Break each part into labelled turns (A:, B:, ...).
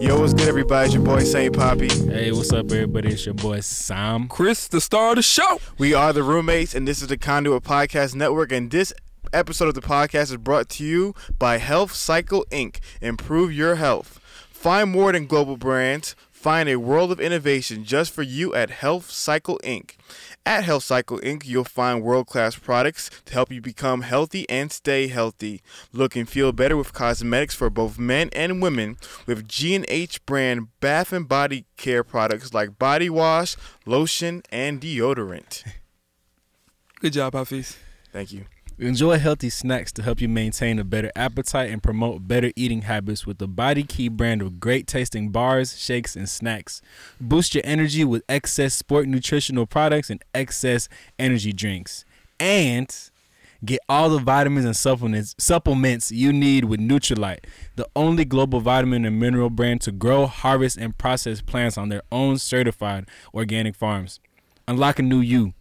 A: Yo, what's good, everybody? It's your boy Saint Poppy.
B: Hey, what's up, everybody? It's your boy Sam.
C: Chris, the star of the show.
A: We are the roommates, and this is the Conduit Podcast Network. And this episode of the podcast is brought to you by Health Cycle Inc. Improve your health. Find more than global brands. Find a world of innovation just for you at Health Cycle Inc. At Health Cycle Inc., you'll find world class products to help you become healthy and stay healthy. Look and feel better with cosmetics for both men and women with G&H brand bath and body care products like body wash, lotion, and deodorant.
C: Good job, Hafiz.
A: Thank you.
B: Enjoy healthy snacks to help you maintain a better appetite and promote better eating habits with the Body Key brand of great tasting bars, shakes, and snacks. Boost your energy with excess sport nutritional products and excess energy drinks. And get all the vitamins and supplements supplements you need with Nutrilite, the only global vitamin and mineral brand to grow, harvest, and process plants on their own certified organic farms. Unlock a new you.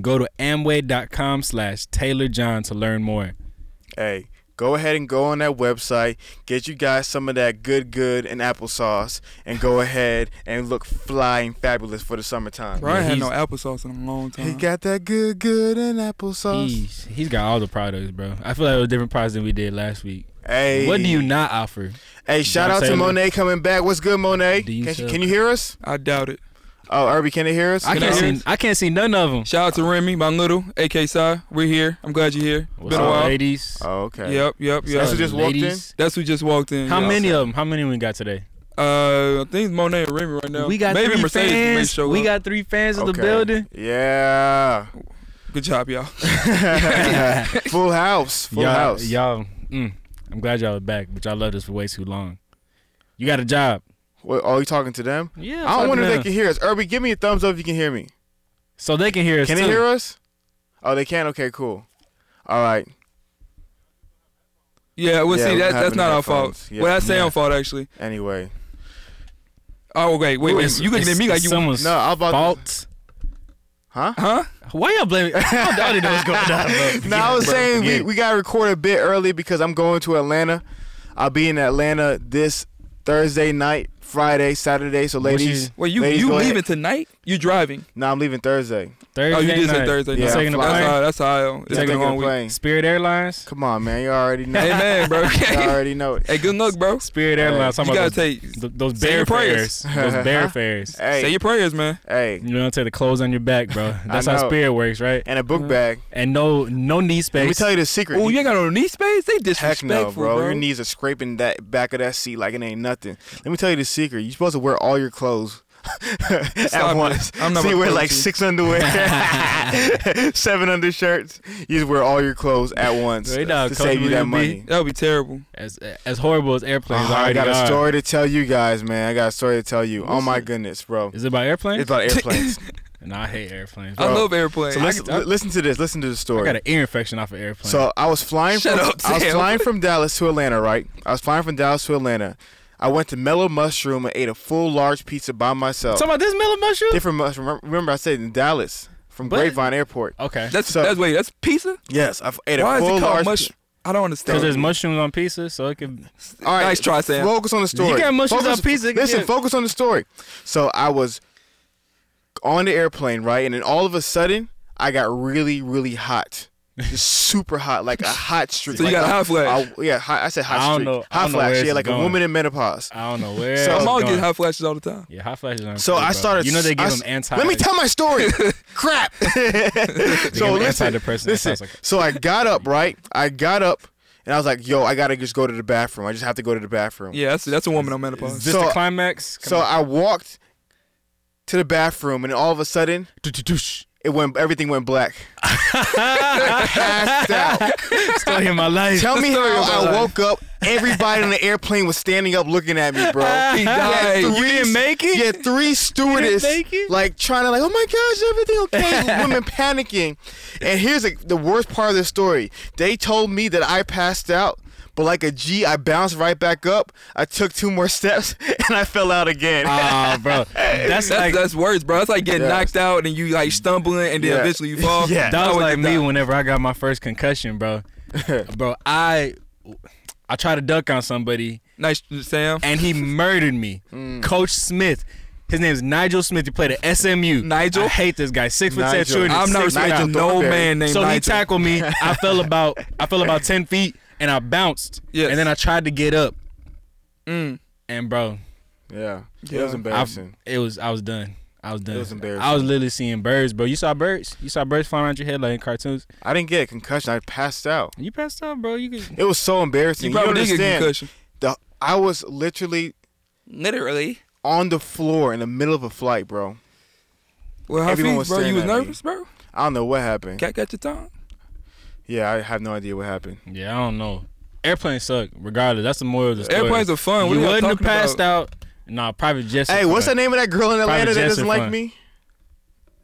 B: Go to Amway.com slash Taylor John to learn more.
A: Hey, go ahead and go on that website, get you guys some of that good, good, and applesauce, and go ahead and look fly and fabulous for the summertime.
C: Bro, I ain't had no
B: he's-
C: applesauce in a long
A: He
C: time.
A: got that good, good, and applesauce.
B: He's, he's got all the products, bro. I feel like it was different products than we did last week.
A: Hey,
B: What do you not offer?
A: Hey, shout
B: John
A: out to
B: Taylor.
A: Monet coming back. What's good, Monet?
B: Do you
A: Can, you,
B: sell-
A: can you hear us?
C: I doubt it.
A: Oh, Irby, can you hear us?
B: I
C: Can I
B: can't
C: hear
B: see. I can't see none of them.
C: Shout out to Remy, my little, AK Sai. We're here. I'm glad you're here.
B: What's
C: Been a
B: up,
C: while.
B: ladies?
A: Oh, okay.
C: Yep, yep,
A: That's
C: yep.
A: who just walked in?
B: Ladies.
C: That's who just walked in.
B: How
C: y'all.
B: many of them? How many we got today?
C: Uh, I think it's Monet and Remy right now.
B: We got
C: Maybe
B: three
C: Mercedes may
B: fans.
C: show
B: we
C: up.
B: got three fans of
A: Okay.
B: the building.
A: Yeah.
C: Good job, y'all.
A: full house. Full
B: y'all,
A: house.
B: y'all. Mm, I'm glad y'all are back, but y'all loved us for way too long. You got a job.
A: What, oh, you talking to them?
B: Yeah.
A: I don't wonder if they can
B: fucking hell.
A: hear us. Irby, give me a thumbs up if you can hear me.
B: So they can hear us.
A: Can
B: too.
A: they hear us? Oh, they can. Okay, cool. All right.
C: Yeah, well,
A: Yeah,
C: see,
A: we
C: that,
A: have
C: that's
A: the
C: not our
A: headphones.
C: fault.
A: Yeah.
C: well, that's Sam's
B: Yeah.
C: fault, actually.
A: Anyway,
C: Oh, okay. Wait, wait.
B: It's-
C: you looking at
B: it's-
C: me like
B: it's
C: you.
B: someone's
A: no, I'm about.
B: fault.
A: Huh?
C: Huh?
B: Why y'all blaming? I don't even know what's going on. bro.
A: No, I was
B: Bro,
A: saying we,
B: forget
A: we got to record a bit early because I'm going to Atlanta. I'll be in Atlanta this Thursday night, Friday, Saturday. So,
B: What you-
A: ladies,
C: Wait, you,
A: ladies,
C: you
A: go ahead.
C: leaving tonight? You driving.
A: No, I'm leaving Thursday.
B: it. Thursday
C: oh, you did say
B: night.
C: Thursday.
A: Yeah,
C: night.
B: Taking the
A: fly.
C: that's
B: plane.
C: how. That's how. It's
B: Taking
C: been a
A: Taking
C: long
A: the
C: week.
A: plane.
B: Spirit Airlines.
A: Come on, man. You already know.
C: Hey
A: you
C: man, bro.
A: already know it.
C: hey, good luck, bro.
B: Spirit
A: Hey,
B: Airlines.
C: You
B: talking
C: gotta
B: about those,
C: take
B: th- those
C: say your
B: bear
C: prayers.
B: fares. Those bear fares.
C: say
A: Hey,
C: your prayers, man.
A: hey,
B: You know what I'm saying? The clothes on your back, bro. That's how
A: know.
B: Spirit works, right?
A: and a
C: Uh,
A: book bag.
B: And no, no knee
A: Let me
B: space.
A: tell you the secret.
C: Oh, you ain't got no knee space. They
A: Heck
C: disrespectful,
A: no,
C: bro.
A: bro. Your knees are scraping that back of that seat like it ain't nothing. Let me tell you the secret. You're supposed to wear all your clothes
C: Stop
A: at
C: it.
A: once.
C: I'm not
A: so you
C: about
A: wear
C: to
A: like
C: coach you.
A: six underwear, seven undershirts. You just wear all your clothes at once
B: Right now,
A: to
B: Coach
A: save you that
B: William B.
A: money.
C: That would be terrible.
B: as as horrible as airplanes
A: Oh, I
B: already
A: got a
B: are.
A: story to tell you guys, man. I got a story to tell you. oh my goodness, bro.
B: Is it about airplanes?
A: It's about airplanes.
B: and I hate airplanes.
C: I
B: bro.
C: love airplanes.
A: so listen,
B: I-
A: li- listen to this. Listen to the story.
B: I got an ear infection off an airplane.
A: So I was flying
C: Shut
A: from
C: up,
A: I was
C: Sam.
A: flying from Dallas to Atlanta, right? I was flying from Dallas to Atlanta. I went to Mellow Mushroom and ate a full large pizza by myself.
B: talking about this mellow mushroom.
A: Different mushroom. Remember, I said in Dallas from
B: But-
A: Grapevine Airport.
B: okay,
C: that's
A: so-
C: that's wait. That's pizza.
A: Yes, I ate a
C: Oh. Why is
A: full
C: it
A: large.
C: called mush?
A: pi-
C: I don't
B: because there's
C: understand.
B: mushrooms on pizza, so it could.
A: All right,
C: Nice try, Sam.
A: Focus on the story.
B: got mushrooms
A: Focus-
B: on pizza, it could
A: Listen,
B: be a-
A: focus on the story. So I was on the airplane, right, and then all of a sudden I got really, really hot. Just super hot, like a hot streak.
C: So you
A: like
C: got
A: a-
C: hot flash.
A: I- yeah, hot, I said hot
B: I don't
A: streak.
B: know- I
A: hot
B: don't know where
A: flash.
B: this
A: yeah,
B: is
A: like a
B: going.
A: woman in menopause.
B: I don't know where.
A: So-
B: it's
C: My mom
B: going.
C: gets hot flashes all the time.
B: Yeah, hot flashes on.
A: So
B: food,
A: I
B: bro.
A: started.
B: You know they
A: I
B: give
A: s-
B: them anti.
A: Let me tell my story. Crap. so
B: them
A: listen,
B: antidepressants. That
A: listen.
B: sounds like-
A: so I got up, right? I got up, and I was like, "Yo, I gotta just go to the bathroom. I just have to go to the bathroom."
C: Yeah, that's that's a woman on
B: Is
C: menopause.
B: this
A: So-
B: the climax? Come
A: So
B: on.
A: I walked to the bathroom, and all of a sudden,
B: Doosh.
A: it went. Everything went black. Passed out.
B: story of my life.
A: Tell me how
C: Story of my
A: I
C: life.
A: woke up. Everybody on the airplane was standing up, looking at me, bro.
C: He died.
B: you didn't make it.
A: Yeah, three stewardess
B: make it?
A: like trying to like, oh my gosh, everything okay? Women panicking. And here's like, the worst part of the story. They told me that I passed out, but like a G, I bounced right back up. I took two more steps and I fell out again.
B: Ah, bro. That's,
C: That's
B: like
C: that's worse, bro. That's like getting
A: Yeah.
C: knocked out and you like stumbling and then
A: Yeah.
C: eventually you fall.
A: Yeah.
B: that was
C: would
B: like
C: get
B: me
C: down.
B: whenever I got my first concussion, bro. bro, I I tried to duck on somebody
C: Nice, Sam.
B: and he murdered me.
A: Mm.
B: Coach Smith. His name is Nigel Smith. He played at SMU.
C: Nigel?
B: I hate this guy. Six foot ten
A: Nigel.
B: shooting.
C: I'm not
B: six foot
C: respecting
B: nine.
A: Nigel
C: no
A: Thornberry.
C: man named
B: So he
C: Nigel.
B: tackled me. I fell about I fell about ten feet and I bounced.
C: Yes.
B: And then I tried to get up.
C: Mm.
B: And bro,
A: Yeah. It
C: Yeah.
A: was
B: I,
A: embarrassing.
B: it was I was done. I was done.
A: was embarrassing.
B: I was literally seeing birds, bro. You saw birds? You saw birds flying around your head like in cartoons.
A: I didn't get a concussion. I passed out.
B: You passed out, bro. You could
A: It was so
C: You
A: embarrassing. You,
C: probably did get
A: understand?
C: concussion.
A: The, I was literally
C: Literally.
A: on the floor in the middle of a flight, bro.
C: Well, how
A: Everyone
C: feels,
A: was
C: bro? You
A: staring
C: was
A: at me.
C: nervous, bro?
A: I don't know what happened.
C: Cat got your tongue?
A: Yeah, I have no idea what happened.
B: Yeah, I don't know. Airplanes suck, regardless. That's the moral of the story.
C: Airplanes are fun. What
B: you
C: are y'all
B: wouldn't have
C: talking about?
B: passed out. Nah, private jets.
A: Hey, what's the name of that girl in Atlanta that
B: Jets
A: doesn't
B: are
A: like
B: fun.
A: me?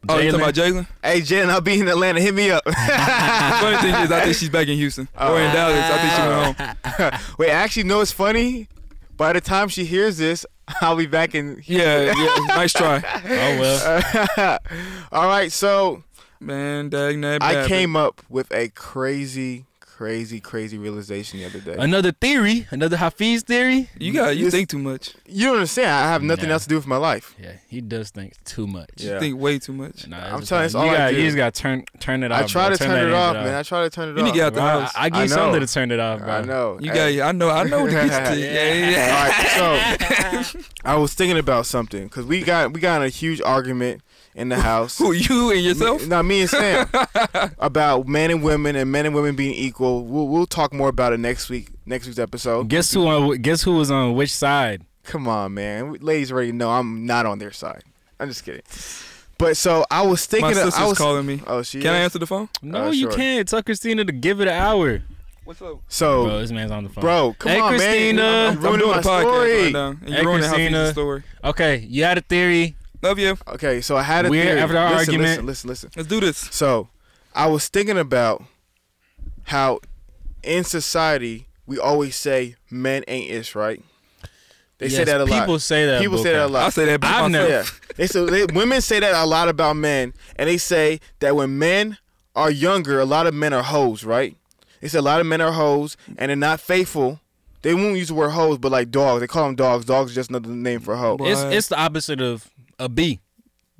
C: Oh, you talking
B: Jalen?
C: about Jalen?
A: Hey, Jen, I'll be in Atlanta. Hit me up.
C: Funny thing is, I think she's back in Houston or in Dallas. I think she went home.
A: Wait, actually, no, it's funny. By the time she hears this, I'll be back in.
C: Yeah, yeah. Nice try,
B: Oh well.
A: All right, so
C: man. Dang that.
A: I
C: bad,
A: came up with a crazy, crazy, crazy realization the other day.
B: Another theory, another Hafiz theory.
C: but You got. You
A: This-
C: think too much.
A: You don't understand. I have nothing
B: Nah.
A: else to do with my life.
B: Yeah, he does think too much.
A: Yeah.
C: You think way too much.
B: Nah,
A: I'm
B: it's
A: telling you,
B: like-
A: it's all I
B: gotta,
A: do.
B: You just gotta turn turn it
A: I
B: off.
A: try
B: bro.
A: to turn, it
B: that
A: off,
B: engine
A: man. I try to turn it
C: You
A: off.
C: need to get out the
B: Bro, I,
C: house.
B: I
A: I
B: give you something
A: know.
B: to turn it off, bro.
A: I know.
C: You
A: Hey,
C: got. I know. I know what to get you to. Yeah,
A: All
C: yeah.
A: right, so I was thinking about something because we got we got in a huge argument in the house.
C: Who you and yourself?
A: No, me and Sam about men and women and men and women being equal. We'll, we'll talk more about it next week. Next week's episode.
B: Guess who on guess who was on which side?
A: Come on, man. Ladies already know I'm not on their side. I'm just kidding. But so I was thinking.
C: My
A: of-
C: sister's
A: I was,
C: calling me.
A: Oh, she.
C: Can I
A: is?
C: answer the phone?
B: No,
A: Uh,
B: you
A: sure.
B: can't. Tell Christina to give it an hour.
C: What's up?
A: So,
B: Bro, this man's on the phone.
A: bro, come
B: Hey,
A: on,
B: Christina.
A: man.
B: I'm
A: You're ruining my
C: a podcast
A: story.
C: right now, and
B: Hey,
C: you're ruining how
B: Christina.
C: Pete's story.
B: Okay, you had a theory.
C: Love you.
A: Okay, so I had a
B: We're
A: theory.
B: after our
A: listen,
B: argument.
A: Listen, listen, listen.
C: Let's do this.
A: So, I was thinking about how in society we always say men ain't ish, right? They say
B: Yes,
A: that a lot.
B: People say that.
A: People say that a
B: Bullcrap.
A: lot.
C: I say that.
B: I've
C: I've
B: never-
A: Yeah, they say they, women say that a lot about men, and they say that when men are younger, a lot of men are hoes, right? They say a lot of men are hoes, and they're not faithful. They won't use the word hoes, but like dogs, they call them dogs. Dogs is just another name for hoe.
C: Boy.
B: It's
C: What?
B: it's the opposite of a B,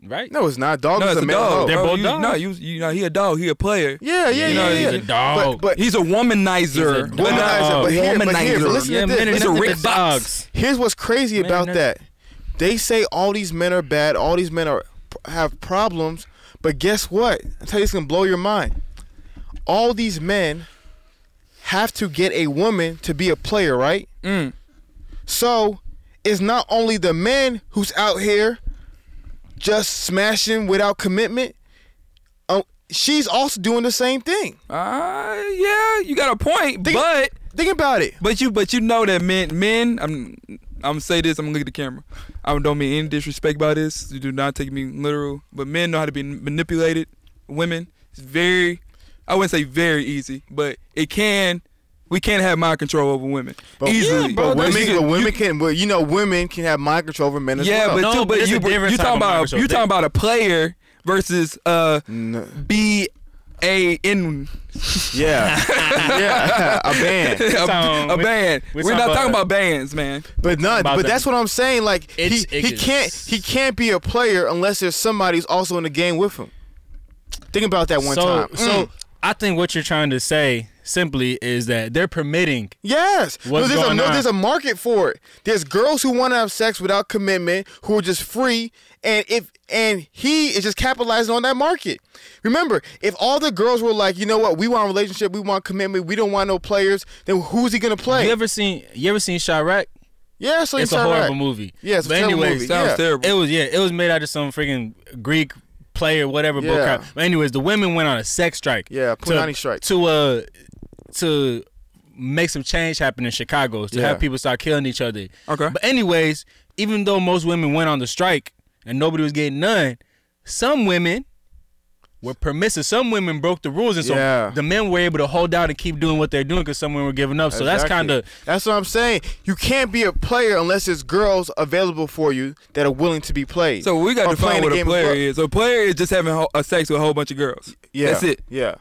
B: right?
A: No, it's not. Dog
C: No,
A: is
C: it's
A: a,
C: a
A: male
C: dog.
A: hoe.
B: They're
C: bro.
B: both
C: You-
B: dogs.
C: No, you you know he a dog. He a player.
A: Yeah, yeah,
C: You
A: yeah,
C: know,
A: yeah.
C: he's
B: a dog.
A: But, but
C: He's a womanizer.
B: He's a
C: Well, not-
A: womanizer, but here- but here, but listen
B: yeah,
A: to this.
B: men are
A: It's a
B: nothing
C: Rick
B: but
C: Fox.
B: dogs.
A: here's what's crazy
B: Man,
A: about that.
B: that-
A: They say all these men are bad. All these men are have problems. But guess what? I tell you, it's gonna blow your mind. All these men have to get a woman to be a player, right?
C: Mm.
A: So it's not only the men who's out here just smashing without commitment. Oh, she's also doing the same thing.
C: Uh, yeah, you got a point,
A: Think-
C: but
A: Think about it.
C: but you but you know that men men I'm I'm gonna say this. I'm gonna look at the camera. I don't mean any disrespect by this. You do not take me literal, but men know how to be manipulated. Women, it's very, I wouldn't say very easy, but it can. We can't have mind control over women
A: But,
C: easily.
B: bro,
A: but women,
B: that's-
A: but women can, but you know, women can have mind control over men as
C: yeah,
A: well.
C: but
B: No,
C: too,
B: but
C: but
B: it's
C: you
B: a different
C: you
B: type
C: talking
B: of mind
C: about
B: control.
C: you talking about a player versus uh
A: No.
C: B A N.
A: Yeah, yeah, a band.
C: a,
B: talking-
C: a
B: we-
C: band.
B: we
C: We're,
B: talking
C: not
B: about-
C: talking about bands, man.
A: But not.
B: About
A: But
B: that.
A: that's what I'm saying. Like he,
B: It's
A: he
B: ignorance.
A: can't he can't be a player unless there's somebody who's also in the game with him. Think about that one
B: so,
A: time.
B: So
A: Mm.
B: I think what you're trying to say simply is that they're permitting.
A: yes,
B: What's
A: there's a
B: going on?
A: there's a market for it. There's girls who want to have sex without commitment, who are just free, and if and he is just capitalizing on that market. Remember, if all the girls were like, you know what, we want a relationship, we want commitment, we don't want no players, then who's he gonna play?
B: You ever seen you ever seen Chirac?
A: yeah, so
B: It's
A: he's
B: a
A: alright.
B: horrible movie.
A: Yeah, it's a
B: but
A: terrible
B: anyways,
A: movie.
C: Sounds
A: yeah.
C: terrible.
B: it was yeah, it was made out of some freaking Greek player, whatever.
A: Yeah.
B: Bull crap. But anyways, the women went on a sex strike.
A: Yeah, Punani
B: to,
A: strike.
B: to uh to make some change happen in Chicago to
A: Yeah.
B: have people start killing each other.
C: Okay.
B: But anyways, even though most women went on the strike and nobody was getting none, some women were permissive. Some women broke the rules, and so
A: Yeah.
B: the men were able to hold out and keep doing what they're doing because some women were giving up. So that's kind
A: Exactly.
B: of
A: that's what I'm saying. You can't be a player unless there's girls available for you that are willing to be played.
C: So we got
A: Or
C: to
A: playing
C: find what
A: the
C: a
A: game of
C: player
A: foot-
C: is. So a player is just having ho- a sex with a whole bunch of girls.
A: Yeah,
C: that's it.
A: Yeah.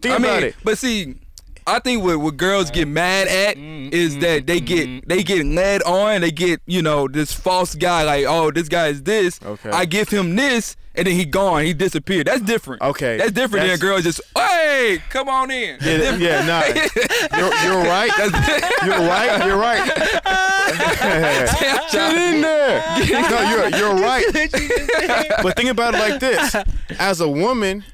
A: Think
C: I
A: about
C: mean,
A: it.
C: but see, I think what, what girls get mad at
B: Mm,
C: is
B: mm,
C: that they
B: mm.
C: get they get led on. They get you know this false guy like oh this guy is this.
A: Okay.
C: I give him this and then he gone. He disappeared. That's different.
A: Okay,
C: That's different
A: that's-
C: than a girl just hey come on in.
A: Yeah, th- yeah, nah. You're, you're right. You're right. You're right. Get in there. No, you're you're right. But think about it like this: as a woman,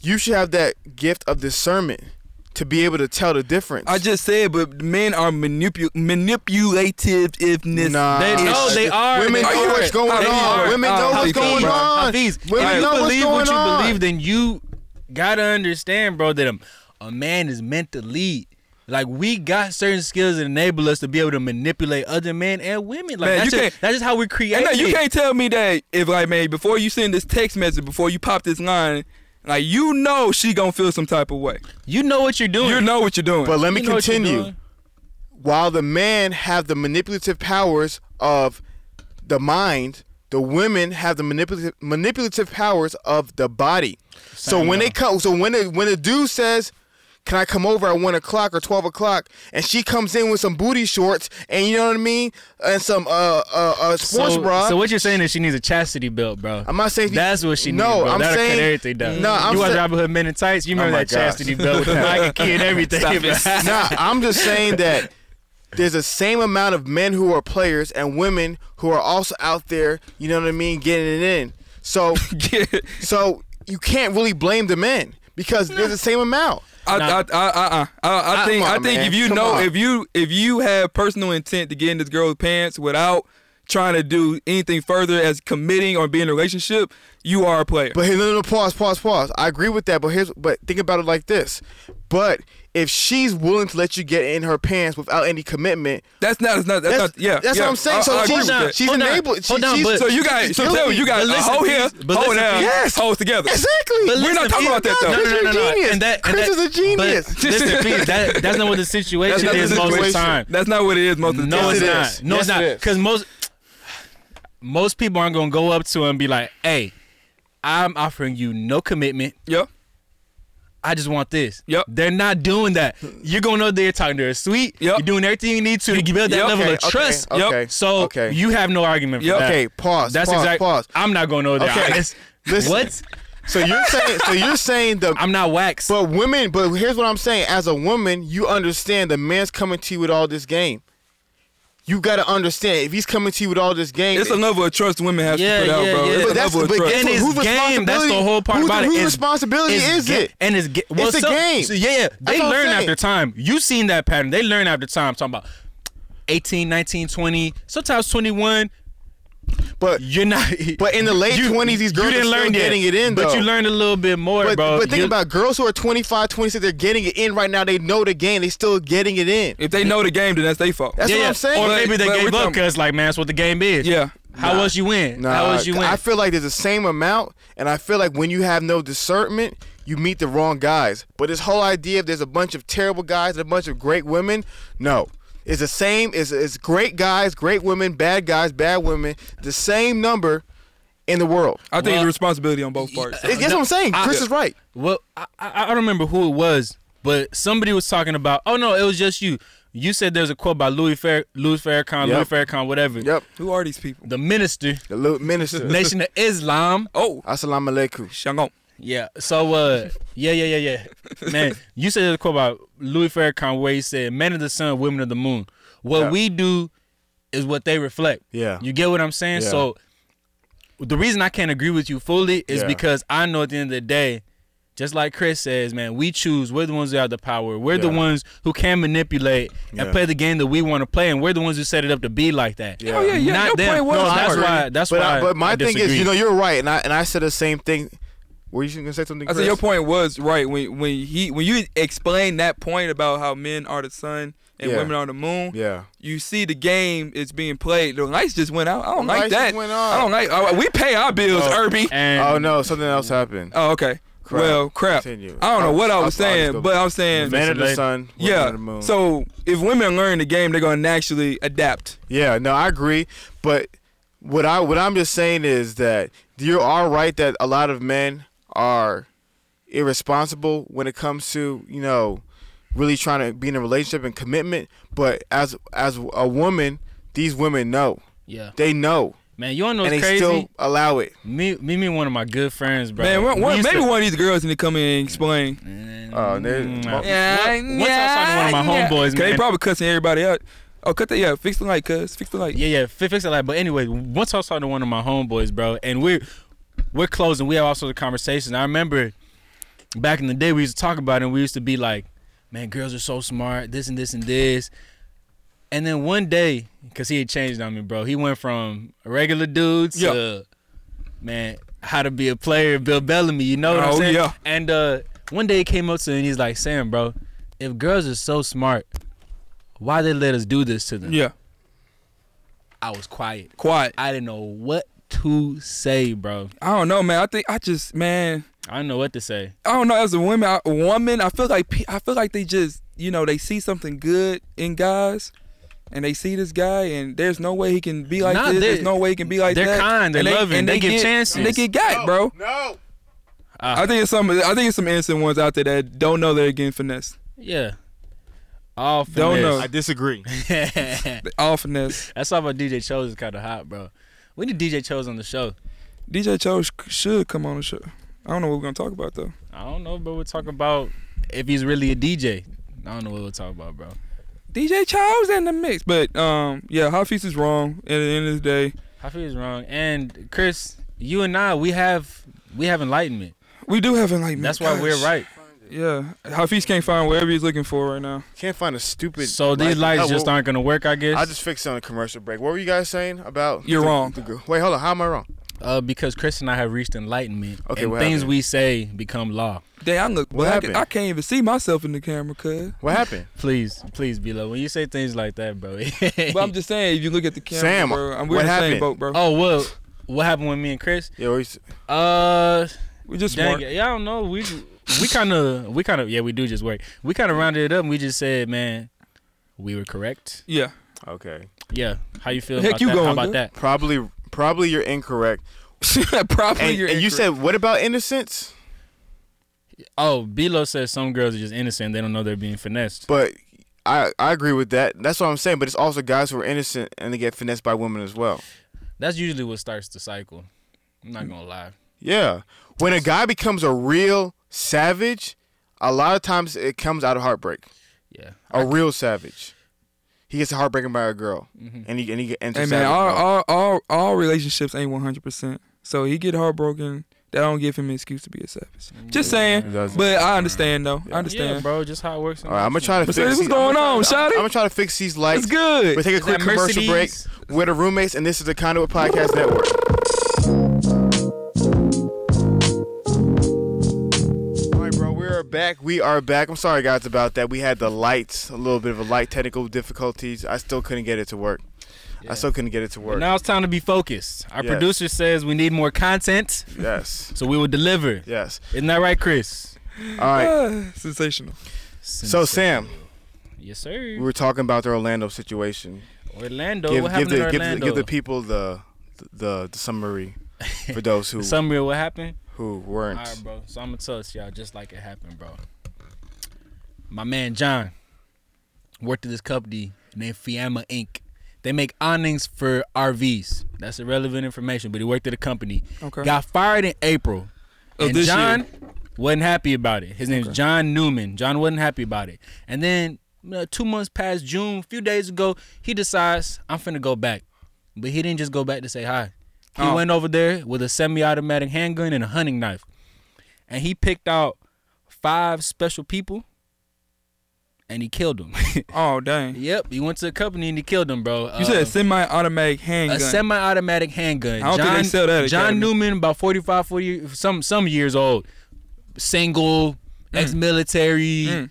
A: you should have that gift of discernment to be able to tell the difference.
C: I just said, but men are manipu- manipulative ifness.
A: Nah. They know
B: they are.
A: Women
B: They
A: know
C: are.
A: what's going
C: They
A: on.
C: are.
A: Women know
C: Uh,
A: what's
C: Hafiz,
A: going
C: bro.
A: on.
B: Hafiz,
A: Women
B: if you
A: know what's
B: believe what
A: going
B: you
A: on.
B: believe, then you gotta understand, bro, that a, a man is meant to lead. Like we got certain skills that enable us to be able to manipulate other men and women. Like
C: Man,
B: that's,
C: you
B: just,
C: can't-
B: that's just how we create.
C: And no, you can't tell me that if like man, before you send this text message, before you pop this line, like you know she gonna feel some type of way.
B: You know what you're doing.
C: You know what you're doing.
A: But let
B: You
A: me
B: know what you're
A: continue.
B: doing.
A: While the men have the manipulative powers of the mind, the women have the manipulative manipulative powers of the body. so
B: Same
A: when they
B: though.
A: come, so when the, when the dude says, "Can I come over at one o'clock or twelve o'clock?" and she comes in with some booty shorts and you know what I mean, and some uh uh, uh sports
B: so,
A: bra.
B: So what you're saying is she needs a chastity belt, bro.
A: I'm not saying she-
B: that's what she needs.
A: No,
B: bro.
A: I'm
B: That'll
A: saying-
B: cut everything down.
A: No, I'm
B: you watch
A: saying-
B: Robin Hood Men in Tights. You remember
A: my
B: that
A: gosh.
B: chastity belt with the pocket key and everything. bro.
A: nah, I'm just saying that there's the same amount of men who are players and women who are also out there, you know what I mean, getting it in. So so you can't really blame the men because there's the same amount.
C: I, I, I,
B: Nah.
C: I, I, I
A: Ah,
C: think
A: come on,
C: I think
A: man.
C: if you
A: Come
C: know
A: on.
C: if you if you have personal intent to get in this girl's pants without trying to do anything further as committing or being in a relationship, you are a player.
A: But here, no, no, no, pause, pause, pause. I agree with that, but here's but think about it like this. But if she's willing to let you get in her pants without any commitment,
C: that's not that's not that's,
A: that's,
C: not yeah.
A: that's
C: yeah.
A: what I'm saying.
C: I-
A: so
C: I agree
A: she's,
C: with that.
A: she's
B: Hold on.
A: enabled. She-
B: Hold on,
A: she's-
B: but-
C: So you got so tell me you got
B: But
C: a
B: listen,
C: hoe here,
B: but
C: hoe
B: listen,
C: down,
A: Yes.
C: hoes together.
A: exactly.
C: But We're not talking
B: please-
C: about that, though.
B: No, no, no, no,
A: Chris is a
B: no.
A: genius.
B: And that, and
A: Chris
B: that,
A: is a genius.
B: But listen, please, that, that's not what the situation
C: not
B: is
C: the
B: most of the
A: situation.
B: time.
C: That's not what it is most of the
B: No,
A: Yes,
C: time.
B: it's
A: it
B: not.
A: is.
B: No,
A: Yes,
B: it's
A: it
B: not.
A: is.
B: Because most most people aren't gonna go up to him and be like, "Hey, I'm offering you no commitment.
C: Yep.
B: I just want this."
C: Yep.
B: They're not doing that. You're going up there talking to her sweet.
C: Yep.
B: You're doing everything you need to to build that
C: Yep.
B: level
A: Okay,
B: of
A: okay,
B: trust.
A: okay,
C: Yep.
B: So
A: okay.
B: you have no argument for
C: Yep.
B: that.
A: Okay, pause.
B: That's
A: pause,
B: exactly.
A: pause.
B: I'm not going over there.
A: Okay.
B: Honest.
A: Listen.
B: What?
A: So you're saying so you're saying the
B: I'm not waxed.
A: But women, but here's what I'm saying. As a woman, you understand the man's coming to you with all this game. You gotta understand if he's coming to you with all this game.
C: It's a level of trust women have
B: Yeah,
C: to put out,
B: yeah,
C: bro.
B: yeah.
C: It's a
A: but that's
C: level
A: but
C: of trust.
A: guess
B: And
A: what?
B: it's
A: whose
B: game. That's the
A: responsibility-
B: whole part
A: whose-
B: about it.
A: Whose
B: It's-
A: responsibility
B: It's
A: is
B: ga-
A: it?
B: And it's ga- well,
A: It's a
B: some-
A: game.
B: so yeah, yeah. They
A: what I'm
B: learn
A: saying.
B: after time. You seen that pattern. They learn after time. Talking about 18, 19, 20, sometimes 21.
A: But
B: You're not.
A: But in the late 20s, these girls are still
B: yet,
A: getting it in,
B: But
A: though.
B: you learned a little bit more,
A: but,
B: bro.
A: but think
B: You-
A: about girls who are 25, 26, they're getting it in right now. They know the game. They still getting it in.
C: If they know the game, then that's their fault.
A: That's
B: yeah,
A: what
B: yeah.
A: I'm saying.
B: Or
C: But-
B: maybe they
C: but
B: gave
C: we're
B: up
C: talking-
B: because, like, man, that's what the game is.
C: Yeah.
B: How else you win? How else you win?
A: I feel like there's the same amount, and I feel like when you have no discernment, you meet the wrong guys. But this whole idea of there's a bunch of terrible guys and a bunch of great women, no. It's the same. It's, it's great guys, great women, bad guys, bad women, the same number in the world.
C: I think
B: Well-
C: it's responsibility on both parts.
A: It's- That's what I'm saying.
B: I-
A: Chris is right.
B: Well, I, I I don't remember who it was, but somebody was talking about. Oh no, it was just you. You said there's a quote by Louis Fer Louis Farrakhan,
A: Yep.
B: Louis Farrakhan, whatever.
A: Yep.
C: Who are these people?
B: The minister,
A: The little minister.
B: Nation of Islam.
C: Oh,
A: Assalamu alaikum.
C: Shangon.
B: Yeah. So, uh, yeah, yeah, yeah, yeah. Man, you said there's a quote by Louis Farrakhan where he said, "Men of the sun, women of the moon. What
A: Yeah.
B: we do is what they reflect."
A: Yeah.
B: You get what I'm saying?
A: Yeah.
B: So the reason I can't agree with you fully is
A: Yeah.
B: because I know at the end of the day, just like Chris says, man, we choose. We're the ones that have the power. We're the
A: Yeah.
B: ones who can manipulate
A: Yeah.
B: and play the game that we want to play, and we're the ones who set it up to be like that.
A: Yeah.
C: Oh yeah, yeah.
B: Not
C: your
B: them.
C: point was
B: No, that's
C: smart.
B: why. That's
A: but
B: why.
A: I, but my
B: I
A: thing is,
B: disagree.
A: you know, you're right, and I and I said the same thing. Were you gonna say something?
C: I
A: Chris?
C: said your point was right when when he when you explain that point about how men are the sun and
A: Yeah.
C: women are the moon.
A: Yeah.
C: You see the game is being played. The lights just went out. I don't
A: The
C: like
A: lights
C: that.
A: just went out.
C: I don't like. I- we pay our bills,
A: Oh.
C: Irby.
B: And
A: Oh no, something else happened.
C: Oh, okay.
A: Crap.
C: Well, crap.
A: Continue. Oh,
C: I don't know what I
A: I'll-
C: was
A: I'll- I'll
C: saying,
A: just go-
C: but I'm saying,
A: Man of the
B: Listen,
A: sun, woman
C: yeah.
A: of the moon.
C: So if women learn the game, they're gonna naturally adapt.
A: Yeah, no, I agree. But what I what I'm just saying is that you are right that a lot of men are irresponsible when it comes to you know really trying to be in a relationship and commitment. But as as a woman, these women know.
B: Yeah,
A: They know,
B: man. You wanna know
A: and they
B: what's crazy?
A: still allow it.
B: me, me, me, and one of my good friends, bro.
C: Man, one,
B: we
C: one,
B: used
C: maybe
B: to-
C: one of these girls need to come in and explain.
A: Oh, there-
B: Mm,
A: Yeah,
B: Once I was talking to one of my homeboys,
C: Cause they
B: man.
C: probably cussing everybody out. Oh, cut that. Yeah, fix the light, cuz. Fix the light.
B: Yeah, yeah, fi- fix it like. But anyway, once I was talking to one of my homeboys, bro, and we're we're close and we have all sorts of conversations. I remember back in the day we used to talk about it and we used to be like, Man, girls are so smart, this and this and this. And then one day, cause he had changed on me, bro. He went from regular dudes to man, how to be a player, Bill Bellamy, you know what I'm
C: Oh,
B: saying?
C: yeah.
B: And uh one day he came up to me and he's like, Sam, bro, if girls are so smart, why they let us do this to them?
C: Yeah.
B: I was quiet.
C: Quiet.
B: I didn't know what to say, bro.
C: I don't know, man. I think I just, man.
B: I didn't know what to say.
C: I don't know. As a woman, I, woman, I feel like pe- I feel like they just, you know, they see something good in guys, and they see this guy, and there's no way he can be like
B: Nah,
C: this.
B: they-
C: There's no way he can be like
B: they're
C: that.
B: kind, they're
C: and
B: loving, they give
C: get,
B: chances.
C: and They get got, bro.
A: No.
C: I think it's some. I think it's some innocent ones out there that don't know they're getting finessed.
B: Yeah. All
C: Don't
A: I
B: finesse.
A: disagree.
B: Don't know.
C: They all finesse.
B: That's why my DJ Chose is kind of hot, bro. We need DJ Chose on the show.
C: DJ Cho sh- should come on the show. I don't know what we're gonna talk about though.
B: I don't know, bro. We'll talk about if he's really a DJ. I don't know what we'll talk about, bro.
C: DJ Cho's in the mix, but um, yeah, Hafiz is wrong. At the end of the day,
B: I feel he's wrong. And Chris, you and I, we have we have enlightenment.
C: we do have enlightenment.
B: That's why we're
C: Gosh.
B: right.
C: Yeah, Hafiz can't find whatever he's looking for right now.
A: Can't find a stupid.
B: So these
A: like-
B: lights
A: oh,
B: just
A: well,
B: aren't gonna work, I guess.
A: I just fixed it on a commercial break. What were you guys saying about?
C: You're
A: the-
C: wrong.
A: the girl? Wait, hold on. How am I wrong?
B: uh, because Chris and I have reached enlightenment,
A: Okay,
B: and
A: what
B: things
A: happened?
B: we say become law.
C: Damn, I look
A: What
C: black.
A: happened?
C: I can't even see myself in the camera, cuz.
A: What happened?
B: Please, please, Bilo. When you say things like that, bro.
C: But I'm just saying, if you look at the camera,
A: Sam,
C: bro, I'm, we're
A: what
C: in the same
A: happened?
C: boat, bro.
B: oh well, what happened with me and Chris?
A: Yeah, what you s-
B: Uh,
C: we just
B: dang
C: smart.
B: it, yeah, I don't know. We we kind of we kind of yeah, we do just work. We kind of rounded it up. and We just said, man, we were correct.
C: Yeah,
A: okay.
B: Yeah, how you feel?
C: Heck,
B: about
C: you
B: that? How
C: going
B: about
C: good.
B: that?
A: Probably, probably you're incorrect.
C: probably.
A: And,
C: you're
A: and you
C: incorrect.
A: said what about innocence?
B: Oh, Bilo says some girls are just innocent. They don't know they're being finessed.
A: But I I agree with that. That's what I'm saying. But it's also guys who are innocent and they get finessed by women as well.
B: That's usually what starts the cycle. I'm not gonna lie.
A: Yeah. When a guy becomes a real savage, a lot of times it comes out of heartbreak.
B: Yeah,
A: A real savage. He gets heartbreaken by a girl, and he and he gets
C: Mm-hmm. Hey man, all, all all all relationships ain't 100. percent So he get heartbroken. That don't give him an excuse to be a savage. Just saying.
A: doesn't.
C: But I understand though. I
B: yeah,
C: understand.
B: bro. Just how it works. in
A: right, I'm gonna
B: life,
A: try to
C: What's-
A: fix.
C: what's
A: these-
C: going
A: I'm
C: on,
A: gonna try-
C: shawty?
A: I'm gonna try to fix these lights.
C: it's good.
A: We take a quick
B: that
A: commercial break.
B: Mercedes?
A: We're the roommates, and this is the Conduit Podcast Network. All right, bro, we are back. We are back. I'm sorry, guys, about that. We had the lights, a little bit of a light technical difficulties. I still couldn't get it to work. I still couldn't get it to work.
B: Now it's time to be focused. Our
A: Yes.
B: producer says we need more content,
A: Yes,
B: so we will deliver.
A: yes.
B: Isn't that right, Chris?
A: All right.
C: Ah, sensational.
A: So, Sam,
B: yes,
A: we
B: sir.
A: were talking about the Orlando situation.
B: Orlando.
A: Give,
B: what
A: give
B: happened
A: the
B: in
A: give the,
B: Orlando?
A: give the people the the, the summary for those who
B: Summary of what happened.
A: who
B: All
A: weren't.
B: right, bro. So I'm gonna tell us y'all just like it happened, bro. My man John worked at this company named Fiamma Inc. They make awnings for RVs. That's irrelevant information, but he worked at a company.
C: Okay.
B: Got fired in April.
C: Of
B: and
C: Oh, this
B: John
C: year.
B: wasn't happy about it. His name's John Newman. John wasn't happy about it. And then you know, two months past June, a few days ago, he decides I'm finna go back. But he didn't just go back to say hi. He
C: Oh.
B: went over there with a semi-automatic handgun and a hunting knife, and he picked out five special people, and he killed them.
C: Oh dang. You
B: yep, he went to a company and he killed them, bro. Uh,
C: said semi-automatic handgun.
B: a semi-automatic handgun.
C: I don't
B: John,
C: think they sell that at
B: John
C: Academy.
B: Newman, about 45, 40, some some years old, single, ex-military,
C: Mm.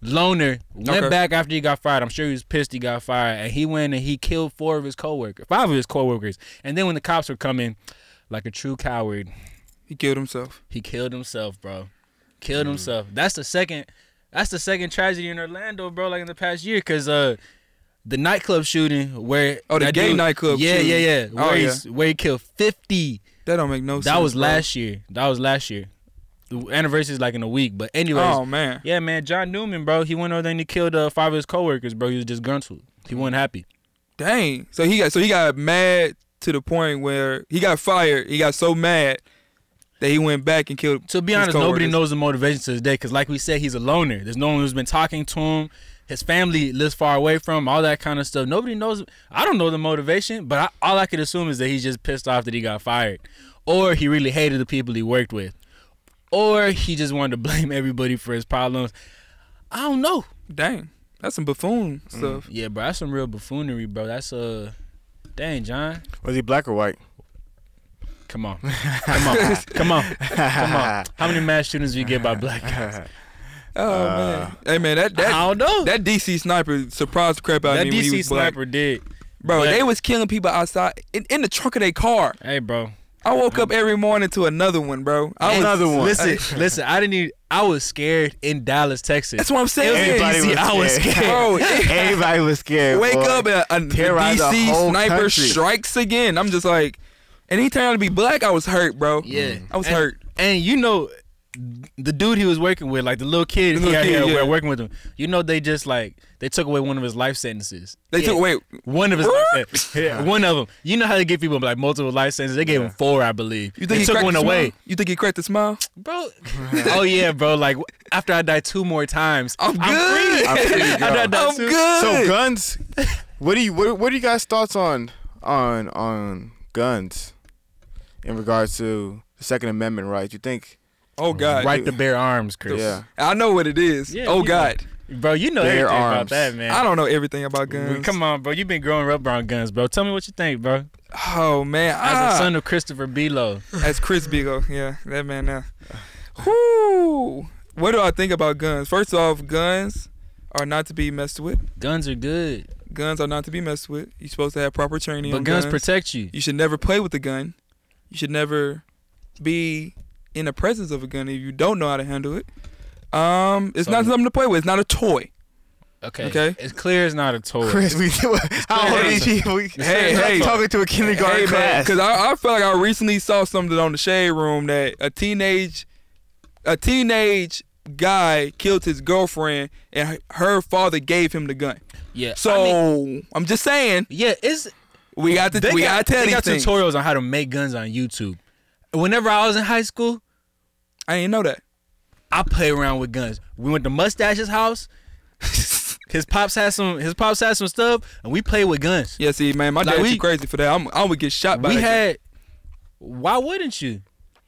B: loner. Went
C: Okay.
B: back after he got fired. I'm sure he was pissed. He got fired, and he went and he killed four of his coworkers, five of his coworkers. And then when the cops were coming, like a true coward,
C: he killed himself.
B: he killed himself, bro. Killed
C: Mm.
B: himself. That's the second. That's the second tragedy in Orlando, bro. Like in the past year, cause uh, the nightclub shooting where
C: Oh, the
B: that
C: gay nightclub
B: Yeah,
C: shooting.
B: yeah, yeah.
C: Oh,
B: Where, he's, where he killed fifty.
C: That don't make no sense.
B: That was
C: bro.
B: last year. That was last year. The anniversary is like in a week, but anyways.
C: Oh man.
B: Yeah, man, John Newman, bro. He went over there and he killed uh, five of his coworkers, bro. He was disgruntled. He wasn't happy.
C: Dang. So he got so he got mad to the point where he got fired. He got so mad that he went back and killed.
B: To be
C: his
B: honest, nobody
C: coworkers.
B: knows the motivation to this day because, like we said, he's a loner. There's no one who's been talking to him. His family lives far away from him, all that kind of stuff. Nobody knows. I don't know the motivation, but I, all I could assume is that he's just pissed off that he got fired, or he really hated the people he worked with, or he just wanted to blame everybody for his problems. I don't know. Mm.
C: Dang. That's some buffoon stuff.
B: Yeah, bro, that's some real buffoonery, bro. That's uh, dang, John.
A: Was he black or white?
B: Come on, come on, come on, come on. How many mass shootings do you get by black guys? Uh,
C: Oh man. Hey man, that that
B: I don't know.
C: that DC sniper surprised the crap out
B: That
C: of me when he
B: DC
C: was black.
B: sniper did.
C: Bro,
B: but-
C: they was killing people outside in, in the trunk of their car.
B: Hey, bro.
C: I woke up every morning to another one, bro. I was,
A: Another one.
B: Listen, listen. I didn't. Even, I was scared in Dallas, Texas.
C: That's what I'm saying.
A: Everybody
B: you see, I was
C: Bro, it-
A: Everybody was scared.
C: wake
A: boy.
C: up and a, a
A: Terrorize the
C: DC
A: whole
C: sniper
A: country.
C: strikes again. I'm just like, and he turned out to be black. I was hurt, bro.
A: Mm.
B: Yeah,
C: I was
B: and,
C: hurt.
B: And you know, the dude he was working with, like the little kid
C: The
B: he
C: little
B: had
C: kid,
B: here
C: yeah.
B: working with him. You know, they just like they took away one of his life sentences.
C: They took wait.
B: One of his, life sentences. Yeah, one of them. You know how they give people like multiple life sentences? They gave him four, I believe.
C: You
B: they
C: think he
B: took
C: cracked
B: one
C: the
B: away,
C: Smile? You think he cracked the smile?
B: bro? oh yeah, bro. Like after I die two more times,
C: I'm good.
B: free.
A: I'm free to go.
B: After I die
C: I'm
B: two-
C: good.
A: So guns. What do you what, what are you guys thoughts on on on guns in regards to the Second Amendment rights? You think
C: oh God.
B: Right to bear arms, Chris.
A: yeah.
C: I know what it is.
B: Yeah,
C: oh
B: you
C: God.
B: Bro, you know
A: Bare
B: everything about
A: arms.
B: that, man.
C: I don't know everything about
B: Well,
C: guns.
B: Come on, bro. You've been growing up around guns, bro. Tell me what you think, bro.
C: Oh man.
B: As
C: ah,
B: a son of Christopher Below.
C: That's Chris Bigo. Yeah, that man now. Whoo. What do I think about guns? First off, guns are not to be messed with.
B: Guns are good,
C: Guns are not to be messed with. You're supposed to have proper training.
B: but
C: on
B: guns,
C: guns
B: protect you.
C: You should never play with a gun. You should never be in the presence of a gun if you don't know how to handle it. Um, it's not
B: So-
C: something to play with. It's not a toy.
B: Okay.
C: Okay.
B: It's clear it's not a toy.
A: Chris, we how old is he? We,
C: Hey, hey.
A: talking to a kindergarten class.
C: because I, I feel like I recently saw something on the shade room that a teenage, a teenage guy killed his girlfriend and her- her father gave him the gun.
B: Yeah.
C: So
B: I mean,
C: I'm just saying
B: yeah, it's
C: we got to
B: they
C: we
B: got,
C: got, to tell
B: they
C: these
B: got
C: things.
B: tutorials on how to make guns on YouTube. Whenever I was in high school,
C: I didn't know that.
B: I played around with guns. We went to Mustache's house. his pops had some his pops had some stuff and we played with guns.
C: Yeah, see, man, my
B: Like,
C: dad
B: we-
C: too crazy for that. I'm, I would get shot by.
B: we
C: that gun.
B: had why wouldn't you?